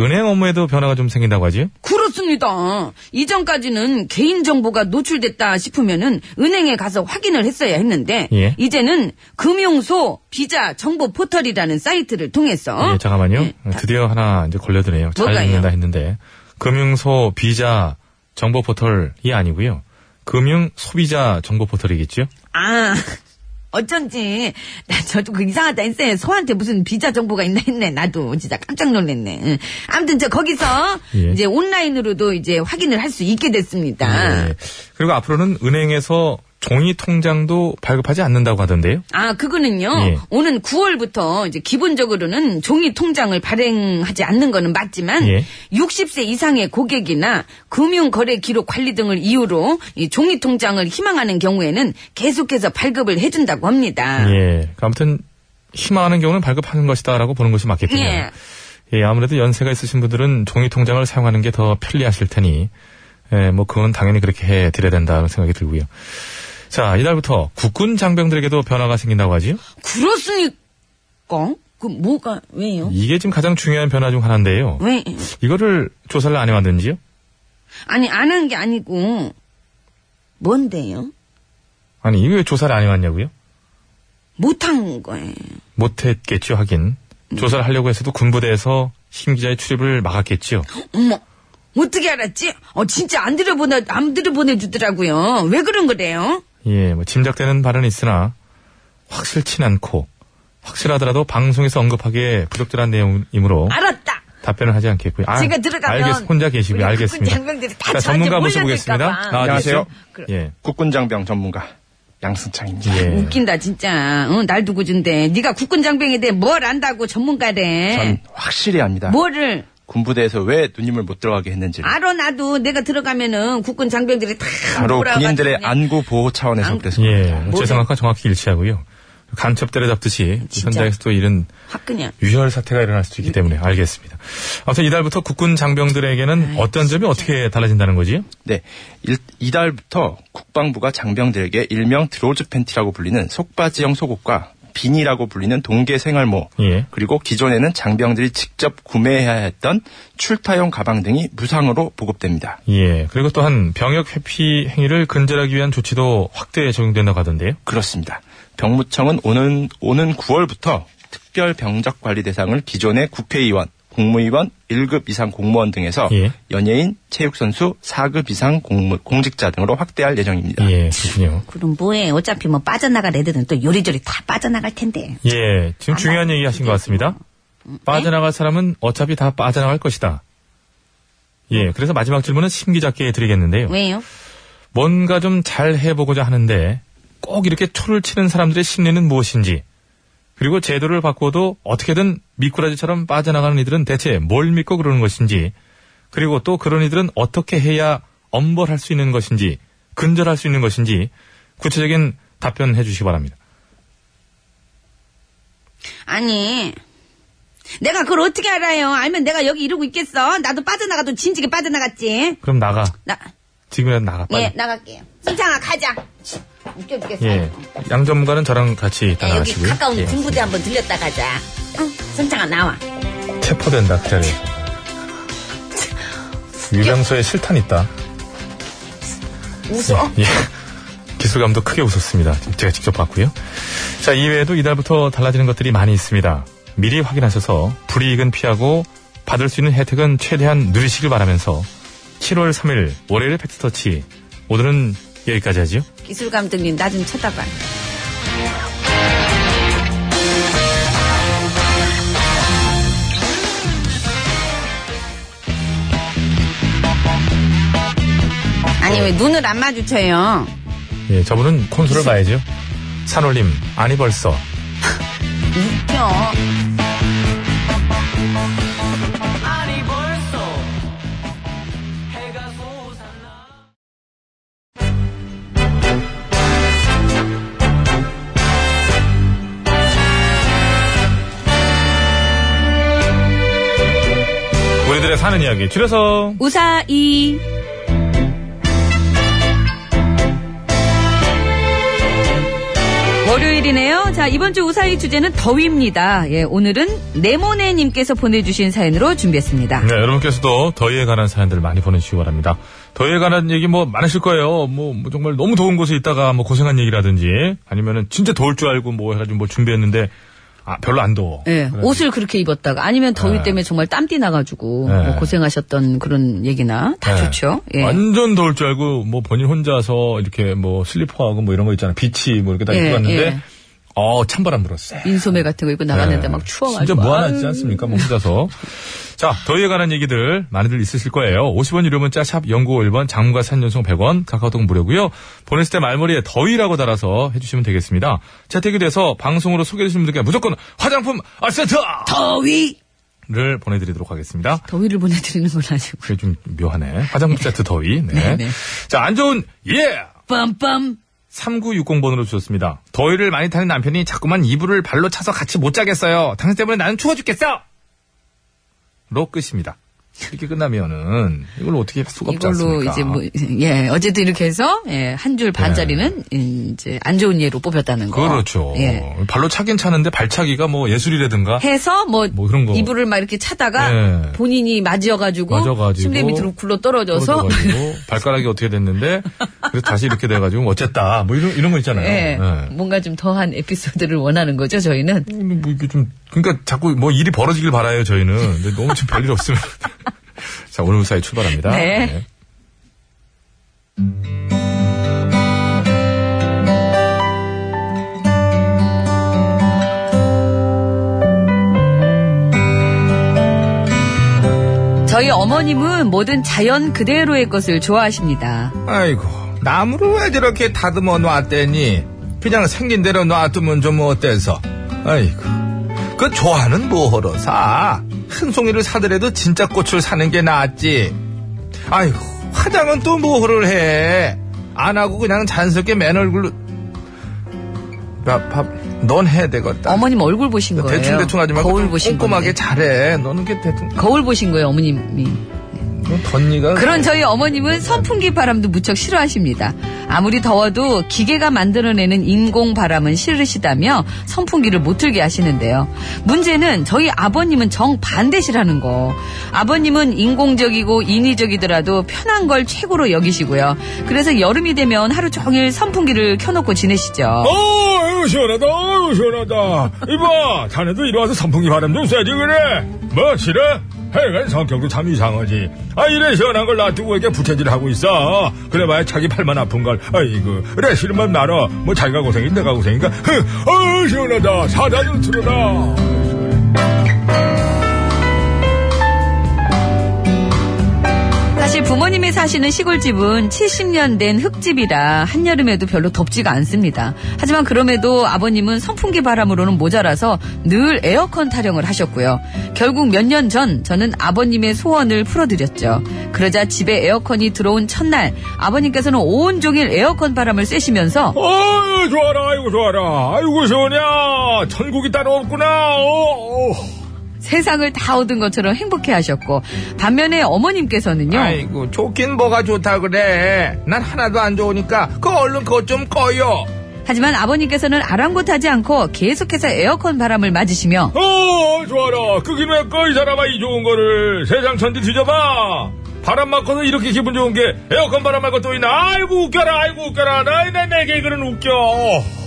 Speaker 1: 은행 업무에도 변화가 좀 생긴다고 하지요?
Speaker 2: 그렇습니다. 이전까지는 개인정보가 노출됐다 싶으면은 은행에 가서 확인을 했어야 했는데,
Speaker 1: 예.
Speaker 2: 이제는 금융소 비자 정보 포털이라는 사이트를 통해서
Speaker 1: 예, 잠깐만요.
Speaker 2: 예, 다-
Speaker 1: 드디어 하나 이제 걸려드네요. 잘
Speaker 2: 뭐가요?
Speaker 1: 읽는다 했는데 금융소 비자 정보 포털이 아니고요. 금융 소비자 정보 포털이겠죠?
Speaker 2: 아, 어쩐지. 나 저도 그 이상하다 했어요. 소한테 무슨 비자 정보가 있나 했네. 나도 진짜 깜짝 놀랐네. 응. 아무튼 저 거기서
Speaker 1: 예.
Speaker 2: 이제 온라인으로도 이제 확인을 할 수 있게 됐습니다.
Speaker 1: 예. 그리고 앞으로는 은행에서 종이 통장도 발급하지 않는다고 하던데요.
Speaker 2: 아, 그거는요.
Speaker 1: 예.
Speaker 2: 오는 9월부터 이제 기본적으로는 종이 통장을 발행하지 않는 거는 맞지만
Speaker 1: 예.
Speaker 2: 60세 이상의 고객이나 금융 거래 기록 관리 등을 이유로 이 종이 통장을 희망하는 경우에는 계속해서 발급을 해 준다고 합니다.
Speaker 1: 예. 그 아무튼 희망하는 경우는 발급하는 것이다라고 보는 것이 맞겠군요.
Speaker 2: 예.
Speaker 1: 예. 아무래도 연세가 있으신 분들은 종이 통장을 사용하는 게 더 편리하실 테니, 예, 뭐 그건 당연히 그렇게 해 드려야 된다는 생각이 들고요. 자, 이달부터 국군 장병들에게도 변화가 생긴다고 하지요.
Speaker 2: 그렇습니까? 그 뭐가 왜요?
Speaker 1: 이게 지금 가장 중요한 변화 중 하나인데요.
Speaker 2: 왜?
Speaker 1: 이거를 조사를 안 해왔는지요?
Speaker 2: 아니 안 한 게 아니고 뭔데요?
Speaker 1: 아니 이게 왜 조사를 안 해왔냐고요?
Speaker 2: 못한 거예요.
Speaker 1: 못했겠죠 하긴.
Speaker 2: 음.
Speaker 1: 조사를 하려고 해서도 군부대에서 신 기자의 출입을 막았겠죠.
Speaker 2: 어머. 어떻게 알았지? 어 진짜 안 들여보내 안 들여보내 주더라고요. 왜 그런 거래요?
Speaker 1: 예, 뭐 짐작되는 발언이 있으나 확실치 않고 확실하더라도 방송에서 언급하기에 부적절한 내용이므로
Speaker 2: 알았다.
Speaker 1: 답변을 하지 않겠고요. 아,
Speaker 2: 제가 들어가면
Speaker 1: 알겠, 혼자
Speaker 2: 우리
Speaker 1: 계시고요.
Speaker 2: 국군
Speaker 1: 알겠습니다.
Speaker 2: 장병들이 다
Speaker 1: 자,
Speaker 2: 저한테
Speaker 1: 전문가
Speaker 2: 몰려들까
Speaker 1: 모셔보겠습니다.
Speaker 2: 봐.
Speaker 8: 아,
Speaker 2: 네,
Speaker 7: 안녕하세요.
Speaker 1: 그럼- 예.
Speaker 7: 국군장병 전문가 양승창입니다.
Speaker 1: 예.
Speaker 2: 웃긴다 진짜. 어, 날 두고 준대. 네가 국군 장병에 대해 뭘 안다고 전문가래.
Speaker 7: 전 확실히 압니다.
Speaker 2: 네. 뭐를
Speaker 7: 군부대에서 왜 누님을 못 들어가게 했는지를
Speaker 2: 알아 나도 내가 들어가면은 국군 장병들이 다
Speaker 7: 바로
Speaker 2: 몰아가지고
Speaker 7: 군인들의
Speaker 2: 그냥
Speaker 7: 안구 보호 차원에서
Speaker 2: 안-
Speaker 7: 그랬습니다.
Speaker 1: 예. 제 생각과 정확히 일치하고요. 간첩 때려잡듯이
Speaker 2: 진짜.
Speaker 1: 현장에서도 이런
Speaker 2: 확 그냥.
Speaker 1: 유혈 사태가 일어날 수도 있기 때문에
Speaker 2: 음.
Speaker 1: 알겠습니다. 아무튼 이달부터 국군 장병들에게는
Speaker 2: 아,
Speaker 1: 어떤 점이 어떻게 달라진다는 거지요?
Speaker 7: 네. 일- 이달부터 국방부가 장병들에게 일명 드로즈 팬티라고 불리는 속바지형 속옷과 비니라고 불리는 동계 생활모
Speaker 1: 예.
Speaker 7: 그리고 기존에는 장병들이 직접 구매해야 했던 출타용 가방 등이 무상으로 보급됩니다.
Speaker 1: 예. 그리고 또한 병역 회피 행위를 근절하기 위한 조치도 확대 적용된다고 하던데요.
Speaker 7: 그렇습니다. 병무청은 오는 오는 9월부터 특별 병적 관리 대상을 기존의 국회의원, 공무위원, 1급 이상 공무원 등에서
Speaker 1: 예.
Speaker 7: 연예인, 체육선수, 4급 이상 공무, 공직자 등으로 확대할 예정입니다.
Speaker 1: 예, 그렇군요.
Speaker 5: 그럼 뭐해? 어차피 뭐 빠져나갈 애들은 또 요리조리 다 빠져나갈 텐데.
Speaker 1: 예, 지금 중요한 얘기 하신 것 같습니다. 빠져나갈 사람은 어차피 다 빠져나갈 것이다. 예, 그래서 마지막 질문은 심기자께 드리겠는데요.
Speaker 2: 왜요?
Speaker 1: 뭔가 좀 잘 해보고자 하는데 꼭 이렇게 초를 치는 사람들의 심리는 무엇인지 그리고 제도를 바꿔도 어떻게든 미꾸라지처럼 빠져나가는 이들은 대체 뭘 믿고 그러는 것인지 그리고 또 그런 이들은 어떻게 해야 엄벌할 수 있는 것인지 근절할 수 있는 것인지 구체적인 답변해 주시기 바랍니다.
Speaker 2: 아니. 내가 그걸 어떻게 알아요? 알면 내가 여기 이러고 있겠어. 나도 빠져나가도 진지게 빠져나갔지.
Speaker 1: 그럼 나가.
Speaker 2: 나,
Speaker 1: 지금이라도 나가 빨리.
Speaker 2: 예, 나가게요. 승창아, 가자. 웃겨 죽겠어.
Speaker 1: 예. 양 전문가는 저랑 같이
Speaker 5: 야, 여기
Speaker 1: 따라가시고요.
Speaker 5: 가까운
Speaker 1: 예.
Speaker 5: 군부대 한번 들렸다 가자. 응, 선창아 나와.
Speaker 1: 체포된다, 그 자리에서. 유병소에 실탄 있다. 웃어? 예. 기술감도 크게 웃었습니다. 제가 직접 봤고요. 자, 이외에도 이달부터 달라지는 것들이 많이 있습니다. 미리 확인하셔서 불이익은 피하고 받을 수 있는 혜택은 최대한 누리시길 바라면서 7월 3일 월요일 팩스터치 오늘은 여기까지 하지요.
Speaker 2: 기술 감독님, 나 좀 쳐다봐. 아니, 왜 눈을 안 마주쳐요?
Speaker 1: 예, 저분은 콘솔을 봐야죠. 산울림, 아니 벌써. 우리들의 사는 이야기 줄여서
Speaker 2: 우사이. 월요일이네요. 자, 이번 주 우사이 주제는 더위입니다. 예, 오늘은 네모네님께서 보내주신 사연으로 준비했습니다.
Speaker 1: 네, 여러분께서도 더위에 관한 사연들 많이 보내주시기 바랍니다. 더위에 관한 얘기 뭐 많으실 거예요. 뭐, 뭐 정말 너무 더운 곳에 있다가 뭐 고생한 얘기라든지 아니면은 진짜 더울 줄 알고 뭐 해가지고 뭘 준비했는데 아, 별로 안 더워.
Speaker 2: 예, 옷을 그렇게 입었다가 아니면 더위 때문에 정말 땀띠 나가지고
Speaker 1: 네.
Speaker 2: 뭐 고생하셨던 그런 얘기나 다
Speaker 1: 네.
Speaker 2: 좋죠. 예.
Speaker 1: 완전 더울 줄 알고 뭐 본인 혼자서 이렇게 뭐 슬리퍼하고 뭐 이런 거 있잖아. 비치 뭐 이렇게 다
Speaker 2: 예,
Speaker 1: 입고 갔는데
Speaker 2: 예.
Speaker 1: 어, 찬바람 불었어요.
Speaker 2: 인소매 같은 거 입고 나갔는데
Speaker 1: 네.
Speaker 2: 막 추워가지고.
Speaker 1: 진짜 무한하지
Speaker 2: 아유.
Speaker 1: 않습니까? 뭐 혼자서. 자, 더위에 관한 얘기들 많이들 있으실 거예요. 50원 유료 문자 샵 0951번 장무가 3년송 100원 카카오톡 무료고요. 보냈을 때 말머리에 더위라고 달아서 해주시면 되겠습니다. 채택이 돼서 방송으로 소개해주신 분들께 무조건 화장품 아 세트! 더위를 보내드리도록 하겠습니다.
Speaker 2: 더위를 보내드리는 건 아니고.
Speaker 1: 그게 좀 묘하네. 화장품 세트 더위. 네.
Speaker 2: 네, 네.
Speaker 1: 자, 안 좋은 예!
Speaker 2: 빰빰.
Speaker 1: 3960번으로 주셨습니다. 더위를 많이 타는 남편이 자꾸만 이불을 발로 차서 같이 못 자겠어요. 당신 때문에 나는 추워 죽겠어! 로 끝입니다. 이렇게 끝나면은, 이걸 어떻게 할 수가 없지
Speaker 2: 이걸로
Speaker 1: 않습니까? 네.
Speaker 2: 이제 뭐, 예, 어제도 이렇게 해서, 예, 한 줄 반짜리는, 이제 안 좋은 예로 뽑혔다는 거.
Speaker 1: 그렇죠.
Speaker 2: 예.
Speaker 1: 발로 차긴 차는데 발차기가 뭐 예술이라든가.
Speaker 2: 해서 뭐,
Speaker 1: 뭐 그런 거.
Speaker 2: 이불을 막 이렇게 차다가
Speaker 1: 예.
Speaker 2: 본인이 맞이어가지고,
Speaker 1: 맞아가지고
Speaker 2: 침대 밑으로 굴러 떨어져서
Speaker 1: 떨어져가지고 발가락이 어떻게 됐는데, 그래서 다시 이렇게 돼가지고, 어쨌다. 뭐 이런, 이런 거 있잖아요.
Speaker 2: 예,
Speaker 1: 예.
Speaker 2: 뭔가 좀 더한 에피소드를 원하는 거죠, 저희는.
Speaker 1: 근데 뭐 이게 좀 그러니까 자꾸 뭐 일이 벌어지길 바라요 저희는 근데 너무 좀 별일 없으면 자 오늘 사이 출발합니다
Speaker 2: 네. 저희 어머님은 모든 자연 그대로의 것을 좋아하십니다.
Speaker 4: 아이고 나무를 왜 저렇게 다듬어 놨대니 그냥 생긴 대로 놔두면 좀 어때서 아이고 그 좋아하는 뭐하러 사 큰송이를 사더라도 진짜 꽃을 사는 게 낫지 아이고 화장은 또 뭐를 해 안 하고 그냥 자연스럽게 맨 얼굴로 밥넌 해야 되겠다
Speaker 2: 어머님 얼굴 보신 거예요.
Speaker 4: 대충대충 하지 말고
Speaker 2: 거울
Speaker 4: 좀
Speaker 2: 보신
Speaker 4: 꼼꼼하게
Speaker 2: 건데.
Speaker 4: 잘해 너는 게 대충
Speaker 2: 거울 보신 거예요, 어머님이.
Speaker 4: 넌 덧니가
Speaker 2: 그런 저희 어머님은 선풍기 바람도 무척 싫어하십니다. 아무리 더워도 기계가 만들어내는 인공 바람은 싫으시다며 선풍기를 못 틀게 하시는데요. 문제는 저희 아버님은 정반대시라는 거. 아버님은 인공적이고 인위적이더라도 편한 걸 최고로 여기시고요. 그래서 여름이 되면 하루 종일 선풍기를 켜놓고
Speaker 1: 아.
Speaker 2: 지내시죠.
Speaker 1: 어우 시원하다 어우 시원하다 이봐 자네도 이리 와서 선풍기 바람 좀 쐬지 그래 뭐 싫어? 하여간 성격도 참 이상하지 아 이래 시원한 걸 놔두고 이렇게 부채질 하고 있어 그래봐야 자기 팔만 아픈 걸 아이고 그래 싫으면 말어 뭐 자기가 고생이 내가 고생인가 흥 어우 시원하다 사다 좀 틀어라
Speaker 2: 사실 부모님이 사시는 시골집은 70년 된 흙집이라 한여름에도 별로 덥지가 않습니다. 하지만 그럼에도 아버님은 선풍기 바람으로는 모자라서 늘 에어컨 타령을 하셨고요. 결국 몇 년 전 저는 아버님의 소원을 풀어드렸죠. 그러자 집에 에어컨이 들어온 첫날 아버님께서는 온종일 에어컨 바람을 쐬시면서
Speaker 1: 어유 좋아라 아이고 좋아라 아이고 시원이야 천국이 따로 없구나 어, 어.
Speaker 2: 세상을 다 얻은 것처럼 행복해 하셨고 반면에 어머님께서는요.
Speaker 4: 아이고 좋긴 뭐가 좋다 그래 난 하나도 안 좋으니까 그 얼른 그것 좀 꺼요
Speaker 2: 하지만 아버님께서는 아랑곳하지 않고 계속해서 에어컨 바람을 맞으시며
Speaker 1: 어, 좋아라. 그 김에 꺼이 사람아, 이 좋은 거를. 세상 천지 뒤져봐. 바람 맞고서 이렇게 기분 좋은 게 에어컨 바람 말고 또 있나? 아이고, 웃겨라, 아이고, 웃겨라. 나이, 내, 내 개그는 웃겨.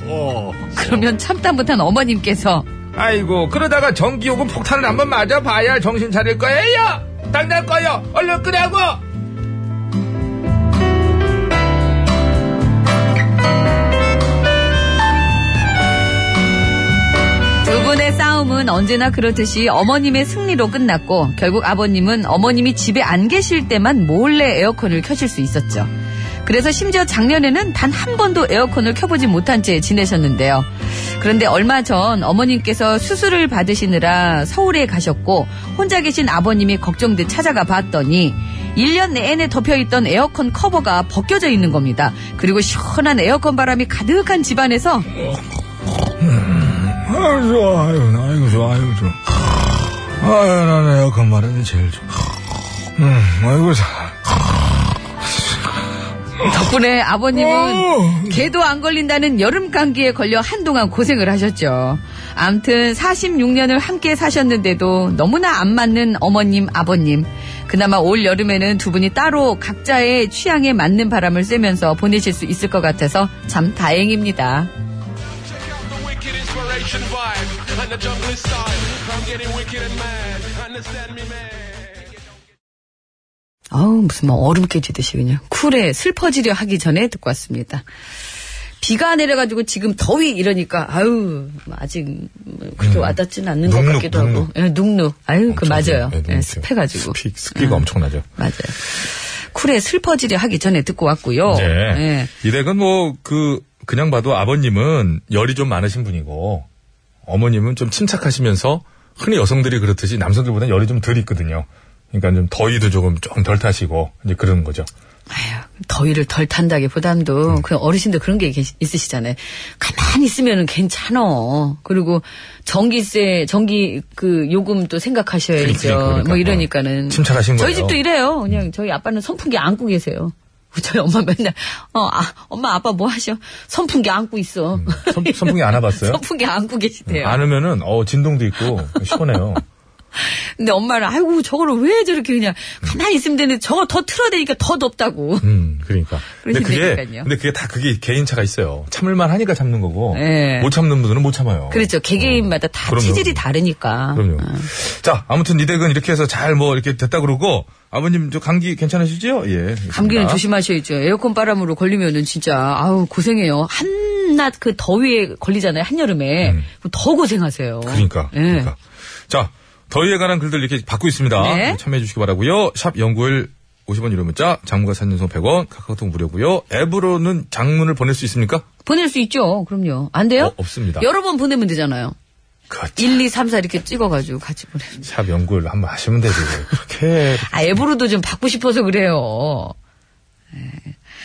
Speaker 1: 어.
Speaker 2: 그러면 참다 못한 어머님께서
Speaker 4: 아이고 그러다가 전기요금 폭탄을 한번 맞아봐야 정신 차릴 거예요 당장 꺼요 얼른 끄라고
Speaker 2: 두 분의 싸움은 언제나 그렇듯이 어머님의 승리로 끝났고 결국 아버님은 어머님이 집에 안 계실 때만 몰래 에어컨을 켜실 수 있었죠. 그래서 심지어 작년에는 단 한 번도 에어컨을 켜보지 못한 채 지내셨는데요. 그런데 얼마 전 어머님께서 수술을 받으시느라 서울에 가셨고 혼자 계신 아버님이 걱정돼 찾아가 봤더니 1년 내내 덮여있던 에어컨 커버가 벗겨져 있는 겁니다. 그리고 시원한 에어컨 바람이 가득한 집안에서
Speaker 1: 음,
Speaker 9: 아유, 좋아, 아유, 아유, 좋아, 아유, 좋아. 아유, 나는 에어컨 바람이 제일 좋아. 음, 아이고, 자.
Speaker 2: 덕분에 아버님은 개도 안 걸린다는 여름 감기에 걸려 한동안 고생을 하셨죠. 암튼 46년을 함께 사셨는데도 너무나 안 맞는 어머님, 아버님. 그나마 올 여름에는 두 분이 따로 각자의 취향에 맞는 바람을 쐬면서 보내실 수 있을 것 같아서 참 다행입니다. 어우, 무슨 뭐 얼음 깨지듯이 그냥 쿨에 슬퍼지려 하기 전에 듣고 왔습니다. 비가 내려가지고 지금 더위 이러니까 아유 아직 뭐 그렇게 와닿지는 않는 것
Speaker 1: 음. 눅눅,
Speaker 2: 같기도 하고
Speaker 1: 눅눅.
Speaker 2: 예, 눅눅 아유 그
Speaker 1: 엄청,
Speaker 2: 맞아요
Speaker 1: 예, 눅눅해요.
Speaker 2: 예, 습해가지고
Speaker 1: 습기, 습기가 엄청나죠.
Speaker 2: 맞아요 쿨에 슬퍼지려 하기 전에 듣고 왔고요
Speaker 1: 이제
Speaker 2: 예.
Speaker 1: 이 댁은 뭐 그 그냥 봐도 아버님은 열이 좀 많으신 분이고 어머님은 좀 침착하시면서 흔히 여성들이 그렇듯이 남성들보다 열이 좀 덜 있거든요. 그러니까 좀 더위도 조금 좀 덜 타시고 이제 그런 거죠.
Speaker 2: 아유, 더위를 덜 탄다기보단도 그냥 어르신들 그런 게 계시- 있으시잖아요. 가만히 있으면은 괜찮어. 그리고 전기세, 전기 그 요금도 생각하셔야죠.
Speaker 1: 그렇지, 그러니까.
Speaker 2: 뭐 이러니까는
Speaker 1: 침착하신
Speaker 2: 저희
Speaker 1: 거예요.
Speaker 2: 집도 이래요. 그냥 저희 아빠는 선풍기 안고 계세요. 저희 엄마 맨날 어, 아, 엄마 아빠 뭐 하셔? 선풍기 안고 있어.
Speaker 1: 선, 선풍기 안 와봤어요?
Speaker 2: 선풍기 안고 계시대요.
Speaker 1: 음, 안 오면은 어 진동도 있고 시원해요.
Speaker 2: 근데 엄마는 아이고 저거를 왜 저렇게 그냥 가만히 있으면 되는데 저거 더 틀어대니까 더 덥다고.
Speaker 1: 음, 그러니까. 근데 그게
Speaker 2: 그러신다니까요.
Speaker 1: 근데 그게 다 그게 개인차가 있어요. 참을만 하니까 참는 거고
Speaker 2: 예.
Speaker 1: 못 참는 분들은 못 참아요.
Speaker 2: 그렇죠. 개개인마다 다
Speaker 1: 뭐- 그럼요.
Speaker 2: 체질이 다르니까.
Speaker 1: 그럼요. 자, 아무튼 이댁은 이렇게 해서 잘 뭐 이렇게 됐다 그러고 아버님 저 감기 괜찮으시죠? 예.
Speaker 2: 감기는
Speaker 1: 있습니다.
Speaker 2: 조심하셔야죠. 에어컨 바람으로 걸리면은 진짜 아우 고생해요. 한낮 그 더위에 걸리잖아요. 한여름에. 그럼 더 고생하세요.
Speaker 1: 음. 그러니까.
Speaker 2: 예.
Speaker 1: 그러니까. 자, 더위에 관한 글들 이렇게 받고 있습니다.
Speaker 2: 네.
Speaker 1: 참여해 주시기 바라고요. 샵 연구일 50원 유료 문자, 장문과 산전송 100원, 카카오톡 무료고요. 앱으로는 장문을 보낼 수 있습니까?
Speaker 2: 보낼 수 있죠. 그럼요. 안 돼요?
Speaker 1: 어, 없습니다.
Speaker 2: 여러 번 보내면 되잖아요.
Speaker 1: 그렇죠.
Speaker 2: 1, 2, 3, 4 이렇게 찍어 가지고 같이 보내.
Speaker 1: 샵 연구일 한번 하시면 되지. 그렇게
Speaker 2: 아, 앱으로도 좀 받고 싶어서 그래요. 예.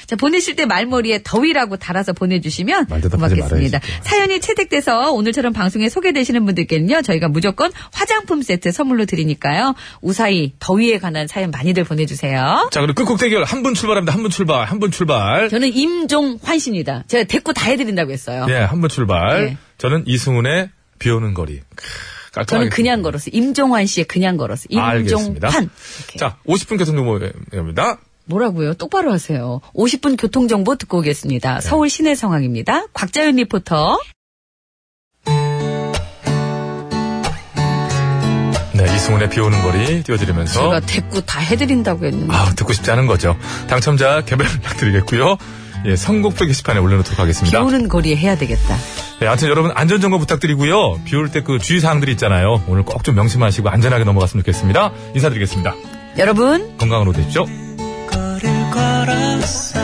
Speaker 2: 자, 보내실 때 말머리에 더위라고 달아서 보내주시면
Speaker 1: 말 대답하지
Speaker 2: 고맙겠습니다.
Speaker 1: 말아야지, 또.
Speaker 2: 사연이 채택돼서 오늘처럼 방송에 소개되시는 분들께는요, 저희가 무조건 화장품 세트 선물로 드리니까요, 우사히 더위에 관한 사연 많이들 보내주세요.
Speaker 1: 자, 그리고 끝곡 대결. 한 분 출발합니다. 한 분 출발. 한 분 출발.
Speaker 2: 저는 임종환 씨입니다. 제가 데리고 다 해드린다고 했어요.
Speaker 1: 예, 한 분 출발.
Speaker 2: 네.
Speaker 1: 저는 이승훈의 비 오는 거리. 크, 깔끔하게. 아,
Speaker 2: 저는 그냥 걸었어요. 임종환 씨의 그냥 걸었어요. 임종환.
Speaker 1: 알겠습니다.
Speaker 2: 이렇게.
Speaker 1: 자, 50분 교통정보입니다.
Speaker 2: 뭐라고요? 똑바로 하세요. 50분 교통정보 듣고 오겠습니다. 서울 시내 상황입니다. 곽자연 리포터.
Speaker 1: 네, 이승훈의 비 오는 거리 띄워드리면서.
Speaker 2: 제가 대꾸 다 해드린다고 했는데.
Speaker 1: 아, 듣고 싶지 않은 거죠. 당첨자 개별 연락드리겠고요. 예, 선곡표 게시판에 올려놓도록
Speaker 2: 비
Speaker 1: 하겠습니다.
Speaker 2: 오는 거리에 해야 되겠다.
Speaker 1: 네, 아무튼 여러분 안전정보 부탁드리고요. 비 올 때 그 주의사항들이 있잖아요. 오늘 꼭 좀 명심하시고 안전하게 넘어갔으면 좋겠습니다. 인사드리겠습니다.
Speaker 2: 여러분.
Speaker 1: 건강으로 되십시오.
Speaker 8: 걸을 걸었어